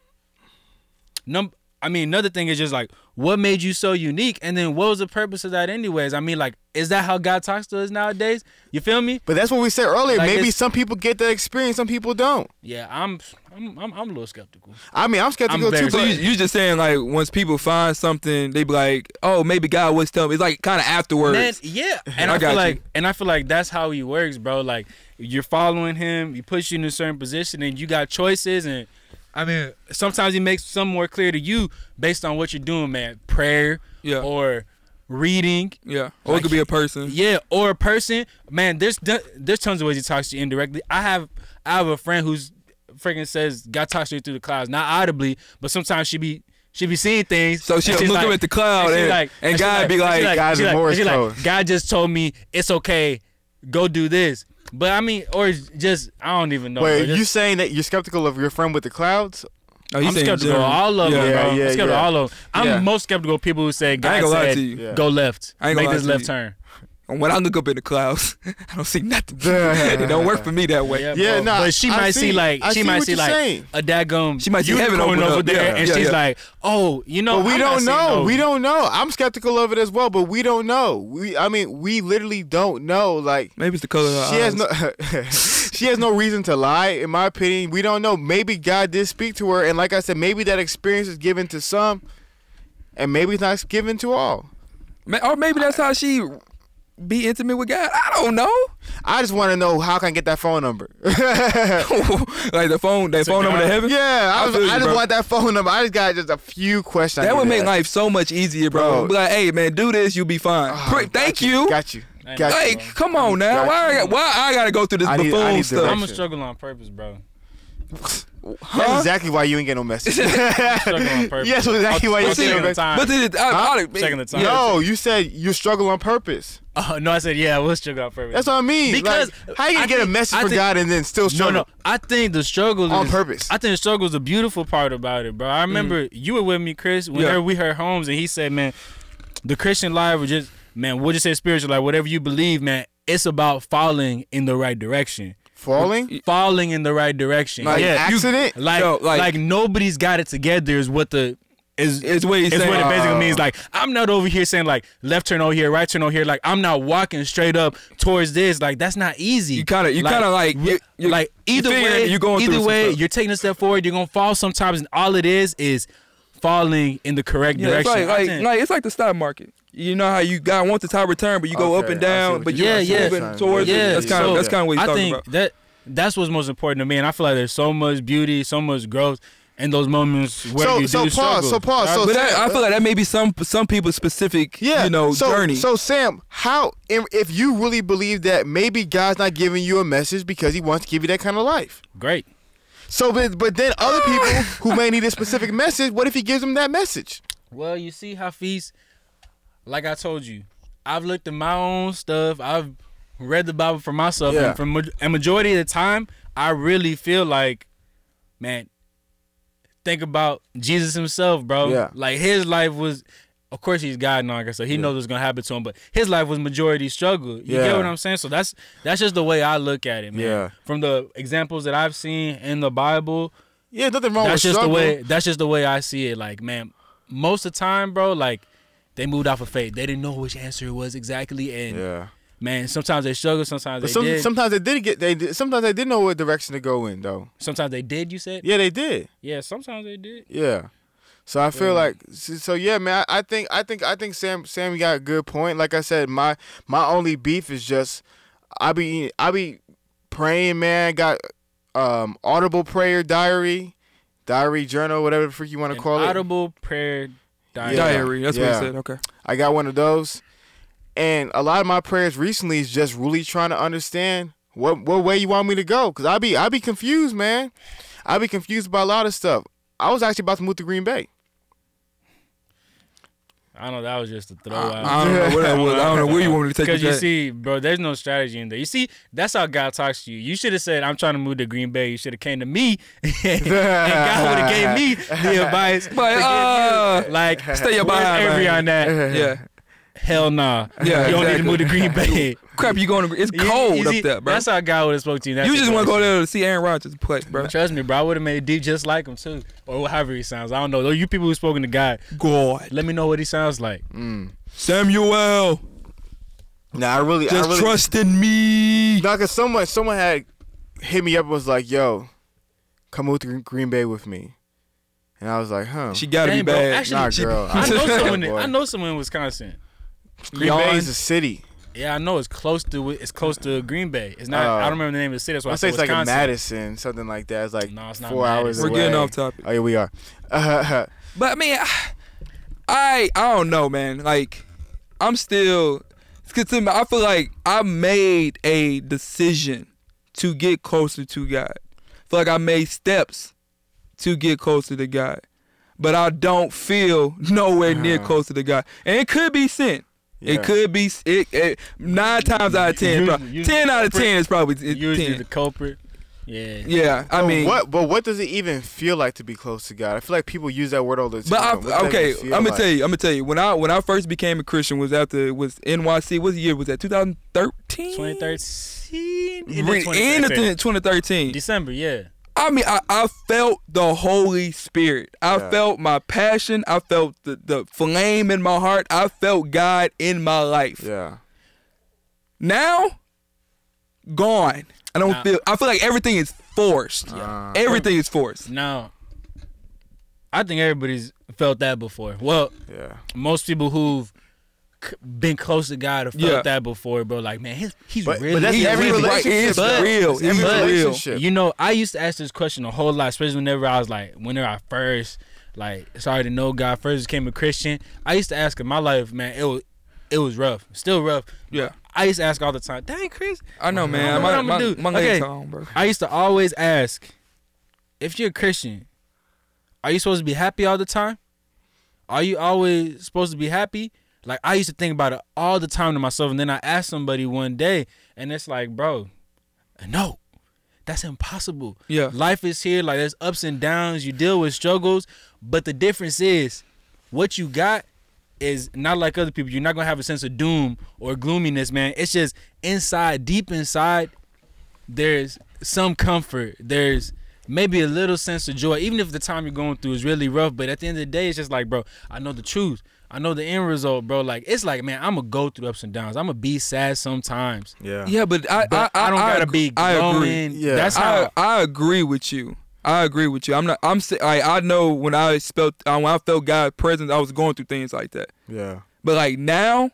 B: Num- I mean, another thing is just like, what made you so unique, and then what was the purpose of that, anyways? I mean, like, is that how God talks to us nowadays? You feel me?
A: But that's what we said earlier.
B: Like,
A: Maybe
B: it's-
A: some people get that experience, some people don't.
B: Yeah, I'm, I'm, I'm, I'm a little skeptical.
A: I mean, I'm skeptical
B: I'm very
A: too.
C: So
A: But
C: you, you just saying like once people find something, they be like, oh, maybe God was telling me. It's like kind of afterwards.
B: Man, yeah, and
C: I
B: I,
C: got
B: feel
C: you.
B: like, and I feel like that's how he works, bro. Like you're following him, he puts you in a certain position, and you got choices. And I mean, sometimes he makes some more clear to you based on what you're doing, man. Prayer,
C: Yeah.
B: or reading,
C: yeah, or it
B: Like,
C: could be a person.
B: yeah, or a person, man. There's do- there's tons of ways he talks to you indirectly. I have I have a friend who's freaking says God talks to you through the clouds, not audibly, but sometimes she be she be seeing things.
C: So
B: and
C: she'll
B: she's
C: look up at the cloud
B: she's
C: and- and
B: she's
C: God be like,
B: she's
A: "Guys,
B: she's
A: in Morse
B: she's
A: code."
B: God just told me it's okay, go do this. But I mean, or just I don't even know.
A: wait,
B: bro.
A: you
B: Just-
A: saying that you're skeptical of your friend with the clouds?
C: Oh, you
B: I'm
C: saying
B: skeptical of
C: general.
B: all of them,
A: Yeah,
B: bro.
A: yeah,
B: I'm skeptical of
A: yeah.
B: all of them. I'm
C: Yeah.
B: most skeptical of people who say God
C: gonna lie
B: said
C: to you.
A: Yeah.
B: go left,
C: I ain't
B: make
C: gonna lie
B: this
C: to
B: left
C: you.
B: turn.
C: And when I look up in the clouds, I don't see nothing. it don't work for me that way.
A: Yeah,
B: bro.
A: nah,
B: but she
A: I
B: might
A: see-
B: see like
A: I
B: she
A: see
B: might
A: what
B: see
A: you're
B: like
A: saying.
B: a dadgum.
C: She might see heaven
B: unicorn
C: open up.
B: over there,
C: Yeah,
B: and
C: yeah,
B: she's
C: yeah.
B: like, "Oh, you know."
A: But we
B: I'm not
A: don't
B: seeing
A: know.
B: no-
A: We don't know. I'm skeptical of it as well, but we don't know. We, I mean, we literally don't know. Like,
C: Maybe it's the color. Of her
A: she has
C: eyes.
A: no she has no reason to lie in my opinion we don't know maybe god did speak to her and like i said maybe that experience is given to some and maybe it's not given to all
C: Ma- Or maybe that's how she be intimate with God. I don't know.
A: i just want to know how can i get that phone number
C: like the phone, that phone number to
B: God.
C: heaven.
A: yeah i,
C: I
A: was,
C: feel you,
A: I just
C: bro.
A: want that phone number i just got just a few questions I
C: That would
A: need to
C: make
A: ask.
C: life so much easier, bro.
A: Bro.
C: Be like, hey man, do this, you'll be fine.
A: Oh,
C: Prick,
A: got
C: thank you.
A: got you
B: Ain't
A: got you
C: Like, come on now.
A: Got
C: Why? I
A: you.
C: got, why I gotta go through this
A: I need- I
C: buffoon
A: need
B: I'm
C: stuff?
A: direction.
B: gonna struggle on purpose, bro.
A: that's exactly why you ain't get no message yes
B: Struggle on purpose.
A: that's exactly why you
B: I'll
A: didn't
B: take
A: get
B: it
A: no
B: on
A: message
B: time.
C: But then, I, I,
B: Second the time.
A: no you said you struggle on purpose
B: Oh, no, I said yeah. We'll struggle on purpose.
A: that's what i mean
B: Because
A: like, how you gonna
B: I
A: get a
B: think-
A: message
B: I
A: from
B: think-
A: god and then still
B: No,
A: struggle
B: no. I think the struggle
A: On
B: is-
A: purpose.
B: I think the struggle is the beautiful part about it, bro. I remember
C: Mm.
B: you were with me, Chris, whenever we heard Holmes, and he said, "Man, the Christian life was just man. We'll just say spiritual life, whatever you believe, man. It's about following in the right direction.
A: Falling?
B: falling in the right direction.
A: Like
B: yeah,
A: accident?
B: like,
C: Yo,
B: like
C: like-
B: nobody's got it together is what the is
C: It's what he's
B: is
C: saying.
B: what it basically
A: Oh.
B: means. Like I'm not over here saying like left turn over here, right turn over here. Like I'm not walking straight up towards this. Like that's not easy.
C: You kinda- you kinda, like,
B: re-
C: you- you-
B: like
C: you
B: either
C: figuring
B: way,
C: you're going through
B: either
C: some
B: way,
C: stuff.
B: you're taking a step forward. You're gonna fall sometimes, and all it is is falling in the correct
C: Yeah, it's
B: direction.
C: like,
B: I
C: like,
B: think-
C: like it's like the stock market. You know how you got want the top return, but you go
A: Okay,
C: up
A: I
C: and
A: see
C: down,
A: what
C: but
A: you-
C: you're
B: I see what you're
C: moving
A: saying.
C: towards
B: Yeah,
C: it. That's kind of
B: so-
C: that's kind of what he's
B: I
C: talking
B: think
C: about.
B: that that's what's most important to me, and I feel like there's so much beauty, so much growth in those moments where
A: So-
B: you
A: so
B: do
A: pause,
B: struggle.
A: so pause, so-
C: But that, I feel like that may be some some people's specific,
A: Yeah,
C: you know,
A: so,
C: journey.
A: So Sam, how if, if you really believe that maybe God's not giving you a message because He wants to give you that kind of life?
B: great.
A: So, but but then other people who may need a specific message, what if He gives them that message?
B: Well, you see, Hafiz, like I told you, I've looked at my own stuff. I've read the Bible for myself,
C: Yeah.
B: and from ma- and majority of the time, I really feel like, man, think about Jesus himself, bro.
A: Yeah.
B: Like his life was, of course, he's God and all that, so he knows what's gonna happen to him. But his life was majority struggle. You
A: Yeah.
B: get what I'm saying? So that's that's just the way I look at it, man.
A: Yeah.
B: From the examples that I've seen in the Bible,
A: Yeah, nothing
C: Oh,
A: wrong
B: that's
A: with
B: just
A: struggle.
B: the way that's just the way I see it. Like, man, most of the time, bro, like they moved off of faith. They didn't know which answer it was exactly. And
A: Yeah,
B: man, sometimes they struggled, sometimes
A: but
B: they
A: some,
B: did.
A: sometimes they did get they did, sometimes they did know what direction to go in though.
B: sometimes they did, you said? Yeah,
A: Yeah, they did.
B: sometimes they did.
A: Yeah. So I feel
B: Yeah.
A: like so so yeah, man. I I think I think I think Sam Sam got a good point. Like I said, my my only beef is just I be I be praying, man. Got um audible prayer diary, diary journal, whatever the freak you want
B: An
A: to call it.
B: audible prayer diary.
A: Yeah.
C: Diary. That's
A: Yeah.
C: what he said. Okay.
A: I got one of those. And a lot of my prayers recently is just really trying to understand what what way you want me to go. Cause I be I be confused, man. I be confused by a lot of stuff. I was actually about to move to Green Bay.
B: I know that was just a
C: I,
B: throwaway.
C: I don't know what that was. I don't know where you wanted to take
B: Because
C: it.
B: Oh, you
C: at.
B: see, bro, there's no strategy in there. You see, that's how God talks to you. You should have said, "I'm trying to move to Green Bay." You should have came to me, and God would have gave me the advice.
C: But,
B: to give you,
C: uh,
B: like,
C: stay your
B: where's
C: behind,
B: Avery
C: man.
B: on that.
C: yeah,
B: Hell nah.
C: Yeah,
B: you don't need to
C: exactly.
B: move to Green Bay.
C: crap. You going? To, it's
B: You- you
C: cold
B: see,
C: up there, bro.
B: That's how God would have spoke to you. in that
C: You just want to go
B: situation.
C: there to see Aaron Rodgers play, bro.
B: Trust me, bro. I would have made D just like him too, or however he sounds. I don't know. Though you people who spoken to God,
C: God,
B: let me know what he sounds like.
C: Samuel,
A: Nah, I really I
C: just
A: really,
C: trust in me.
A: No, cause someone someone had hit me up and was like, "Yo, come move to Green Bay with me," and I was like, "Huh."
C: She gotta
B: Dang,
C: be
B: bro.
C: bad.
B: Actually,
A: Nah,
C: she-
A: girl.
B: I know
C: Nah,
B: someone.
A: boy.
B: I know someone in Wisconsin.
A: Green Bay
C: Yawn.
A: is a city.
B: Yeah, I know it's close to it's close to Green Bay. It's not. I
A: Oh.
B: don't remember the name of the city. That's why I,
A: I say
B: said
A: it's like
B: Wisconsin.
A: Madison, something like that. It's like
B: No, it's not
A: four hours.
B: Madison.
C: We're
A: away.
C: getting off topic.
A: Oh yeah, we are.
C: But I mean, I I don't know, man. Like I'm still. it's good to me. I feel like I made a decision to get closer to God. I feel like I made steps to get closer to God, but I don't feel nowhere near closer to God. And it could be sin.
A: Yeah.
C: It could be s- it, it nine times out of ten.
B: Usually-
C: prob-
B: usually-
C: ten out of ten is probably it-
B: Usually
C: ten.
B: the culprit. Yeah.
C: yeah, I
A: But
C: mean,
A: what? But what does it even feel like to be close to God? I feel like people use that word all the time.
C: But I,
A: What does that
C: okay,
A: even
C: I'm
A: feel
C: gonna
A: like?
C: tell you. I'm gonna tell you. When I when I first became a Christian was after was NYC. What year was that? 2013.
B: 2013. End of
C: End of
B: 2013.
C: 2013.
B: December. Yeah.
C: I mean, I, I felt the Holy Spirit. I
A: Yeah.
C: felt my passion. I felt the, the flame in my heart. I felt God in my life.
A: Yeah.
C: Now, gone. I don't
B: Nah.
C: feel. I feel like everything is forced.
A: Yeah.
C: Everything is forced.
B: Now, I think everybody's felt that before. Well,
A: Yeah.
B: most people who've c- been close to God have felt
C: Yeah.
B: that before, bro. Like, man, he's, he's
A: But,
B: really.
A: but that's
B: he's
A: every
B: really-
C: right.
A: relationship.
C: It's
A: though.
C: real.
A: That's every
C: It's real.
A: relationship.
B: You know, I used to ask this question a whole lot, especially whenever I was like, whenever I first like started to know God, first became a Christian. I used to ask in my life, man, it was it was rough, still rough.
C: Yeah.
B: I used to ask all the time, dang Chris,
C: I know, man.
B: What
C: My,
B: I'm
C: my,
B: gonna do?
C: my legs
B: Okay.
C: on, bro.
B: I used to always ask, if you're a Christian, are you supposed to be happy all the time? Are you always supposed to be happy? Like I used to think about it all the time to myself, and then I asked somebody one day, and it's like, bro, no, that's impossible.
C: Yeah.
B: life is here. Like there's ups and downs. You deal with struggles, but the difference is, what you got is not like other people. You're not gonna have a sense of doom or gloominess, man. It's just inside, deep inside there's some comfort. There's maybe a little sense of joy, even if the time you're going through is really rough. But at the end of the day, it's just like, bro, I know the truth. I know the end result, bro. Like it's like, man, I'm gonna go through ups and downs. I'm gonna be sad sometimes.
A: Yeah.
C: Yeah, but I
B: But I, don't gotta
C: ag-
B: be
C: I agree.
B: glowing.
A: Yeah.
B: That's how.
C: I, I agree with you. I agree with you. I'm not. I'm. sa- I I know when I felt uh, when I felt God's presence, I was going through things like that.
A: Yeah.
C: But like now,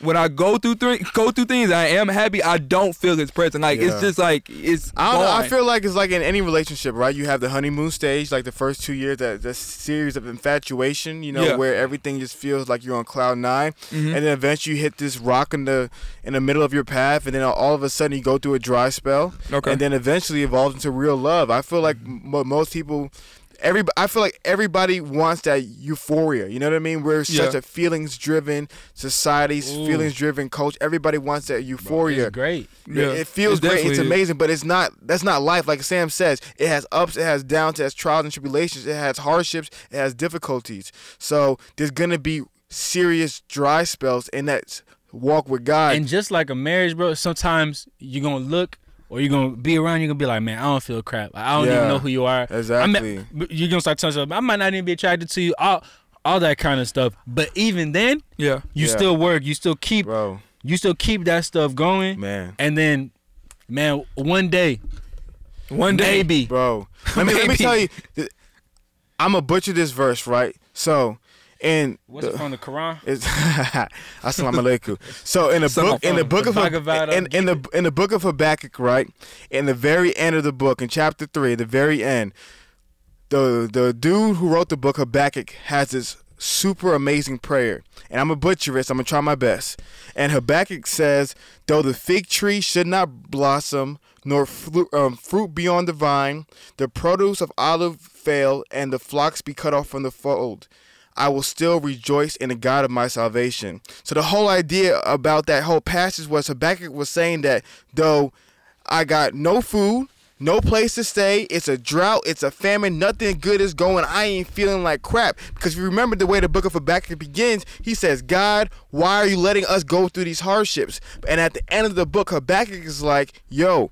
C: when I go through th- go through things, I am happy. I don't feel His presence. Like
A: Yeah.
C: it's just like it's.
A: I don't know. I
C: gone.
A: feel like it's like in any relationship, right? You have the honeymoon stage, like the first two years, that that series of infatuation, you know,
C: Yeah. Mm-hmm.
A: where everything just feels like you're on cloud 9 and then eventually you hit this rock in the in the middle of your path, and then all of a sudden you go through a dry spell,
C: Okay. Mm-hmm.
A: and then eventually evolves into real love. I feel like m- most people. Every, I feel like everybody wants that euphoria. You know what I mean? We're such
C: Yeah.
A: a feelings-driven society's
B: Ooh.
A: feelings-driven coach. Everybody wants that euphoria.
B: It's great.
A: Yeah, it feels
C: it
A: great.
C: definitely
A: It's
C: is.
A: amazing, but it's not. That's not life. Like Sam says, it has ups, it has downs, it has trials and tribulations, it has hardships, it has difficulties. So there's gonna be serious dry spells in that walk with God.
B: And just like a marriage, bro, sometimes you're gonna look or you're gonna be around, you're gonna be like, man, I don't feel crap. I don't
A: Yeah.
B: even know who you are. I
A: Exactly.
B: mean, but you're gonna start telling yourself, I might not even be attracted to you, all all that kind of stuff. But even then,
C: Yeah.
B: you
A: Yeah.
B: still work, you still keep
A: Bro,
B: you still keep that stuff going.
A: man,
B: And then, man, one day,
C: One day.
B: maybe.
A: bro. Let me let me
C: Maybe.
A: tell you. I'm gonna butcher this verse, right? So, and
B: What's it from the Quran?
A: It's Assalamu alaikum. So in the
C: Salam
A: book in the
C: alaikum.
A: book of
B: The
A: Hab-
B: Bhagavad
A: in, in the in the book of Habakkuk, right? In the very end of the book, in chapter three, the very end, the the dude who wrote the book Habakkuk has this super amazing prayer. And I'm a butcherist, I'm gonna try my best. And Habakkuk says, Though the fig tree should not blossom, nor flu- um, fruit be on the vine, the produce of olive fail, and the flocks be cut off from the fold. I will still rejoice in the God of my salvation. So the whole idea about that whole passage was Habakkuk was saying that though I got no food, no place to stay. It's a drought. It's a famine. Nothing good is going. I ain't feeling like crap. Because if you remember the way the book of Habakkuk begins, he says, God, why are you letting us go through these hardships? And at the end of the book, Habakkuk is like, yo,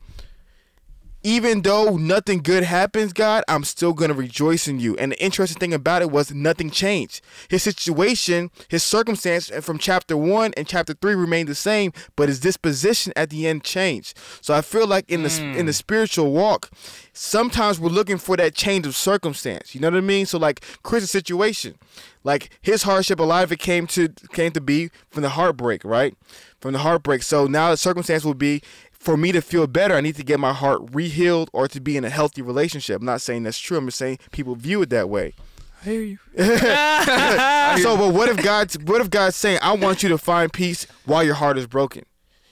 A: even though nothing good happens, God, I'm still going to rejoice in you. And the interesting thing about it was nothing changed. His situation, his circumstance from chapter 1 and chapter 3 remained the same, but his disposition at the end changed. So I feel like in the in the spiritual walk, sometimes we're looking for that change of circumstance. You know what I mean? So like Chris's situation, like his hardship, a lot of it came to came to be from the heartbreak, right? From the heartbreak. So now the circumstance will be for me to feel better, I need to get my heart rehealed or to be in a healthy relationship. I'm not saying that's true. I'm just saying people view it that way.
C: I hear you.
A: so, but what if God's what if God's saying, "I want you to find peace while your heart is broken"?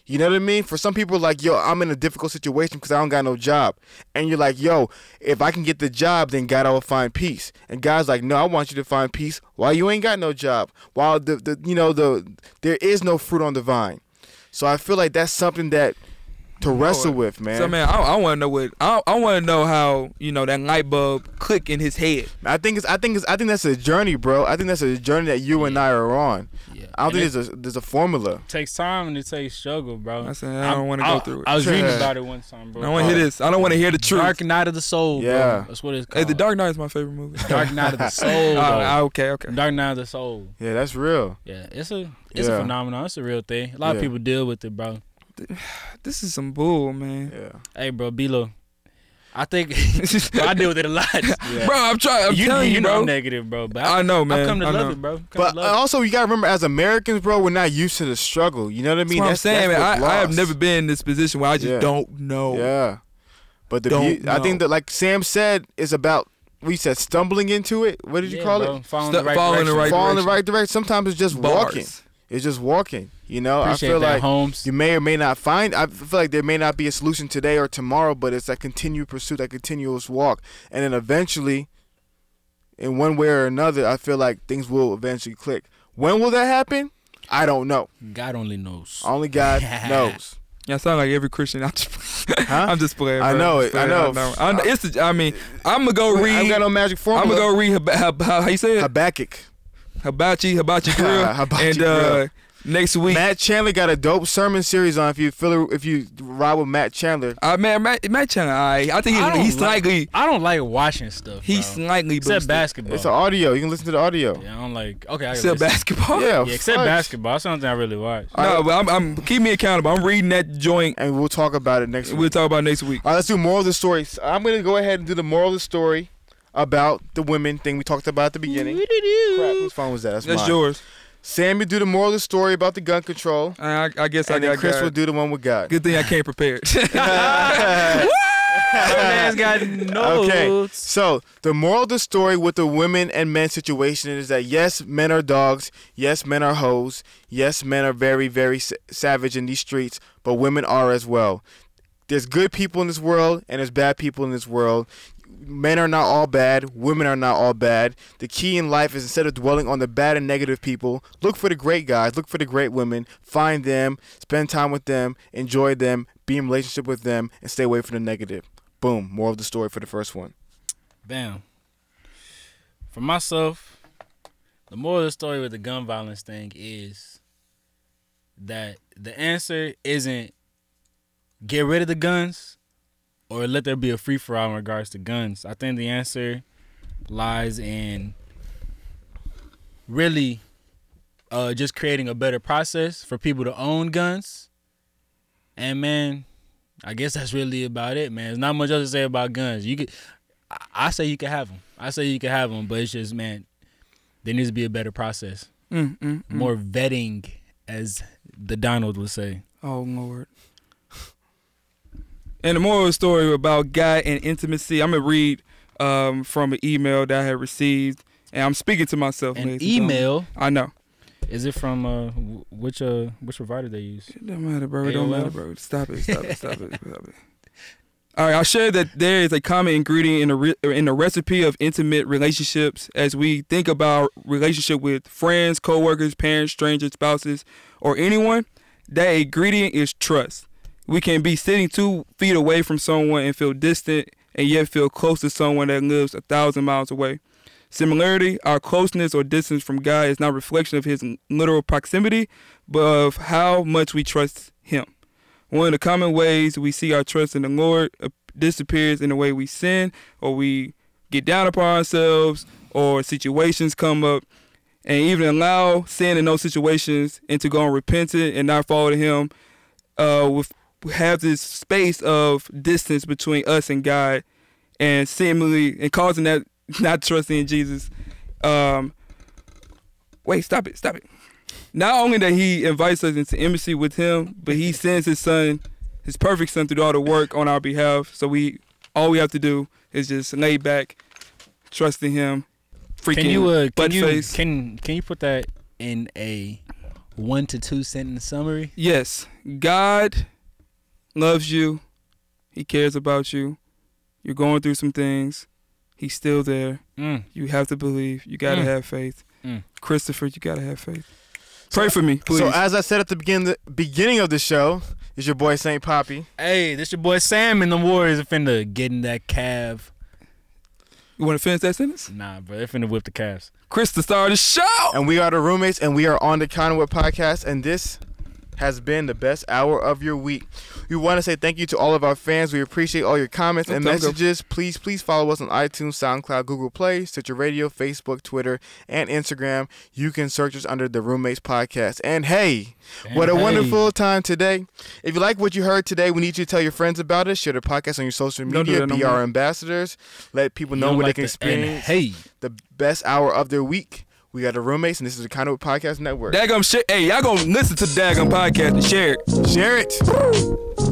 A: You know what I mean? For some people, like, yo, I'm in a difficult situation because I don't got no job, and you're like, yo, if I can get the job, then God, I will find peace. And God's like, no, I want you to find peace while you ain't got no job, while the, the you know the there is no fruit on the vine. So I feel like that's something that to wrestle with, man.
C: So man, I, I want to know what I, I want to know how you know that light bulb click in his head.
A: I think it's I think it's I think that's a journey, bro. I think that's a journey that you and I are on.
B: Yeah.
A: I don't
B: And
A: think there's a there's a formula.
B: takes time and it takes struggle, bro.
C: I said I don't
B: I'm-
C: want to
B: I-
C: go through it.
B: I
C: I
B: was reading
A: Yeah.
B: about it one time, bro.
C: don't want to hear this. I don't want to hear the truth.
B: Dark Night of the Soul,
A: Yeah.
B: bro. That's what it's called.
C: Hey, The Dark Knight is my favorite movie.
B: Dark Night of the Soul.
C: Oh,
B: though.
C: ah, okay, okay.
B: Dark Night of the Soul.
A: Yeah, that's real.
B: Yeah, it's a it's
A: Yeah.
B: a phenomenon. It's a real thing. A lot
A: Yeah.
B: of people deal with it, bro.
C: This is some bull, man.
A: Yeah.
B: Hey, bro, Bilo, I think bro, I deal with it a lot.
A: Yeah.
C: Bro, I'm trying. I'm
B: you
C: telling
B: you,
C: you,
B: know
C: bro.
B: I'm negative, bro. But I,
C: I know, man.
B: I've come to
C: I
B: love
C: know.
B: it, bro. Come to
A: But uh,
B: love it.
A: also, you gotta remember, as Americans, bro, we're not used to the struggle. You know what I
C: That's
A: mean?
C: what I'm
A: That's-
C: saying,
A: that's
C: man.
A: what
C: I, I have
A: lost.
C: never been in this position where I just
A: Yeah.
C: don't know.
A: Yeah. But the
C: Don't
A: beau- I think
C: know.
A: that, like Sam said, is about we said stumbling into it. What did you
B: Yeah,
A: call
B: bro,
A: it?
B: Following
C: Stu-
B: the right
C: following the
B: direction.
C: right-
A: Fall in the
C: direction.
A: right direction. Sometimes it's just
C: Bars.
A: walking. It's just walking. You know,
B: Appreciate
A: I feel
B: that,
A: like
B: Holmes.
A: you may or may not find i feel like there may not be a solution today or tomorrow but it's that continued pursuit that continuous walk and then eventually in one way or another i feel like things will eventually click when will that happen i don't know
B: God only knows.
A: only god knows
C: Yeah, I sound like every Christian. I'm just, I'm just playing.
A: I
C: bro.
A: know
C: Just
A: it. I
C: playing.
A: know.
C: I know. I, it's. the- I mean, I'm gonna go
A: i ain't
C: read.
A: got no magic formula
C: I'm gonna go read Hab- Hab- how you say it?
A: habakkuk
C: Hibachi, Hibachi Grill,
A: Hibachi
C: and uh, Next week,
A: Matt Chandler got a dope sermon series on. If you feel if you ride with Matt Chandler,
C: uh, man, Matt, Matt Chandler, I, I think
B: I
C: he,
B: don't
C: he's
B: like-
C: slightly,
B: I don't like watching stuff.
C: he's
B: bro.
C: slightly
B: except
C: boosted.
B: basketball.
A: it's an audio. You can listen to the audio.
B: yeah, I don't like. Okay, I can
C: Except
B: listen.
C: basketball.
A: Yeah,
B: Yeah, except
A: Oh, fuck.
B: basketball. That's the only thing I really watch.
C: No, but I'm, I'm keep me accountable. I'm reading that joint.
A: And we'll talk about it next week.
C: We'll talk about next week.
A: All right, let's do moral of the story. So I'm gonna go ahead and do the moral of the story about the women thing we talked about at the beginning. Crap, whose phone was that? That's,
C: That's
A: mine.
C: yours.
A: Sammy do the moral of the story about the gun control,
C: I, I guess I
A: and then
C: got
A: Chris
C: God.
A: will do the one with God.
C: Good thing I came prepared.
B: man's got
A: Okay,
B: notes.
A: so the moral of the story with the women and men situation is that yes, men are dogs. Yes, men are hoes. Yes, men are very, very sa- savage in these streets, but women are as well. There's good people in this world, and there's bad people in this world. Men are not all bad. Women are not all bad. The key in life is instead of dwelling on the bad and negative people, look for the great guys, look for the great women, find them, spend time with them, enjoy them, be in relationship with them, and stay away from the negative. Boom. More of the story for the first one.
B: Bam. For myself, the moral of the story with the gun violence thing is that the answer isn't get rid of the guns or let there be a free for all in regards to guns. I think the answer lies in really uh, just creating a better process for people to own guns. And man, I guess that's really about it, man. There's not much else to say about guns. You could, I- I say you can have them. I say you can have them, but it's just man, there needs to be a better process,
C: Mm, mm, mm.
B: more vetting, as the Donald would say.
C: Oh Lord. And the moral story about God and intimacy. I'm gonna read um, from an email that I had received, and I'm speaking to myself.
B: An
C: ladies and gentlemen.
B: email
C: I know.
B: is it from uh wh- which uh which provider they use?
C: It don't matter, bro. It don't
B: AOL?
C: matter, bro. Stop it. Stop it. Stop it. Stop it. All right, I'll share that there is a common ingredient in the re- in the recipe of intimate relationships as we think about relationship with friends, coworkers, parents, strangers, spouses, or anyone. That ingredient is trust. We can be sitting two feet away from someone and feel distant, and yet feel close to someone that lives a thousand miles away. Similarly, our closeness or distance from God is not a reflection of His literal proximity, but of how much we trust Him. One of the common ways we see our trust in the Lord uh, disappears in the way we sin, or we get down upon ourselves, or situations come up, and even allow sin in those situations and to go unrepentant and not follow Him. Uh, with have this space of distance between us and God, and seemingly and causing that not trusting in Jesus. Um, wait, stop it, stop it. Not only that he invites us into intimacy with him, but he sends his son, his perfect son, through all the work on our behalf. So we, all we have to do is just lay back, trust in him. Freaking
B: Can you uh can
C: butt
B: you
C: face.
B: can can you put that in a one to two sentence summary?
C: Yes, God loves you. He cares about you. You're going through some things. He's still there.
B: Mm.
C: You have to believe. You gotta
B: Mm.
C: have faith.
B: Mm.
C: Christopher, you gotta have faith. Pray for me, please.
A: So as I said at the begin the beginning of the show, is your boy Saint Poppy.
B: Hey, this your boy Sam and the Warriors are finna get in that calf.
C: you wanna finish that sentence?
B: Nah, bro, they're finna whip the calves.
C: Chris the star of the show.
A: And we are the roommates and we are on the Conwood podcast and this has been the best hour of your week. We want to say thank you to all of our fans. We appreciate all your comments and
C: Okay, I'm good.
A: messages. Please, please follow us on iTunes, SoundCloud, Google Play, Stitcher Radio, Facebook, Twitter, and Instagram. You can search us under the Roommates Podcast. And hey, What a
B: Hey.
A: wonderful time today. If you like what you heard today, we need you to tell your friends about it. Share the podcast on your social
C: Don't do
A: media.
C: that no
A: be our
C: more.
A: ambassadors. Let people
B: You
A: know
B: don't
A: where
B: like
A: they can
B: the- and
A: experience
B: Hey,
A: the best hour of their week. We got the roommates, and this is the Conduit Podcast Network.
C: Dagum shit. Hey, y'all gonna listen to the Dagum podcast and share it.
A: Share it.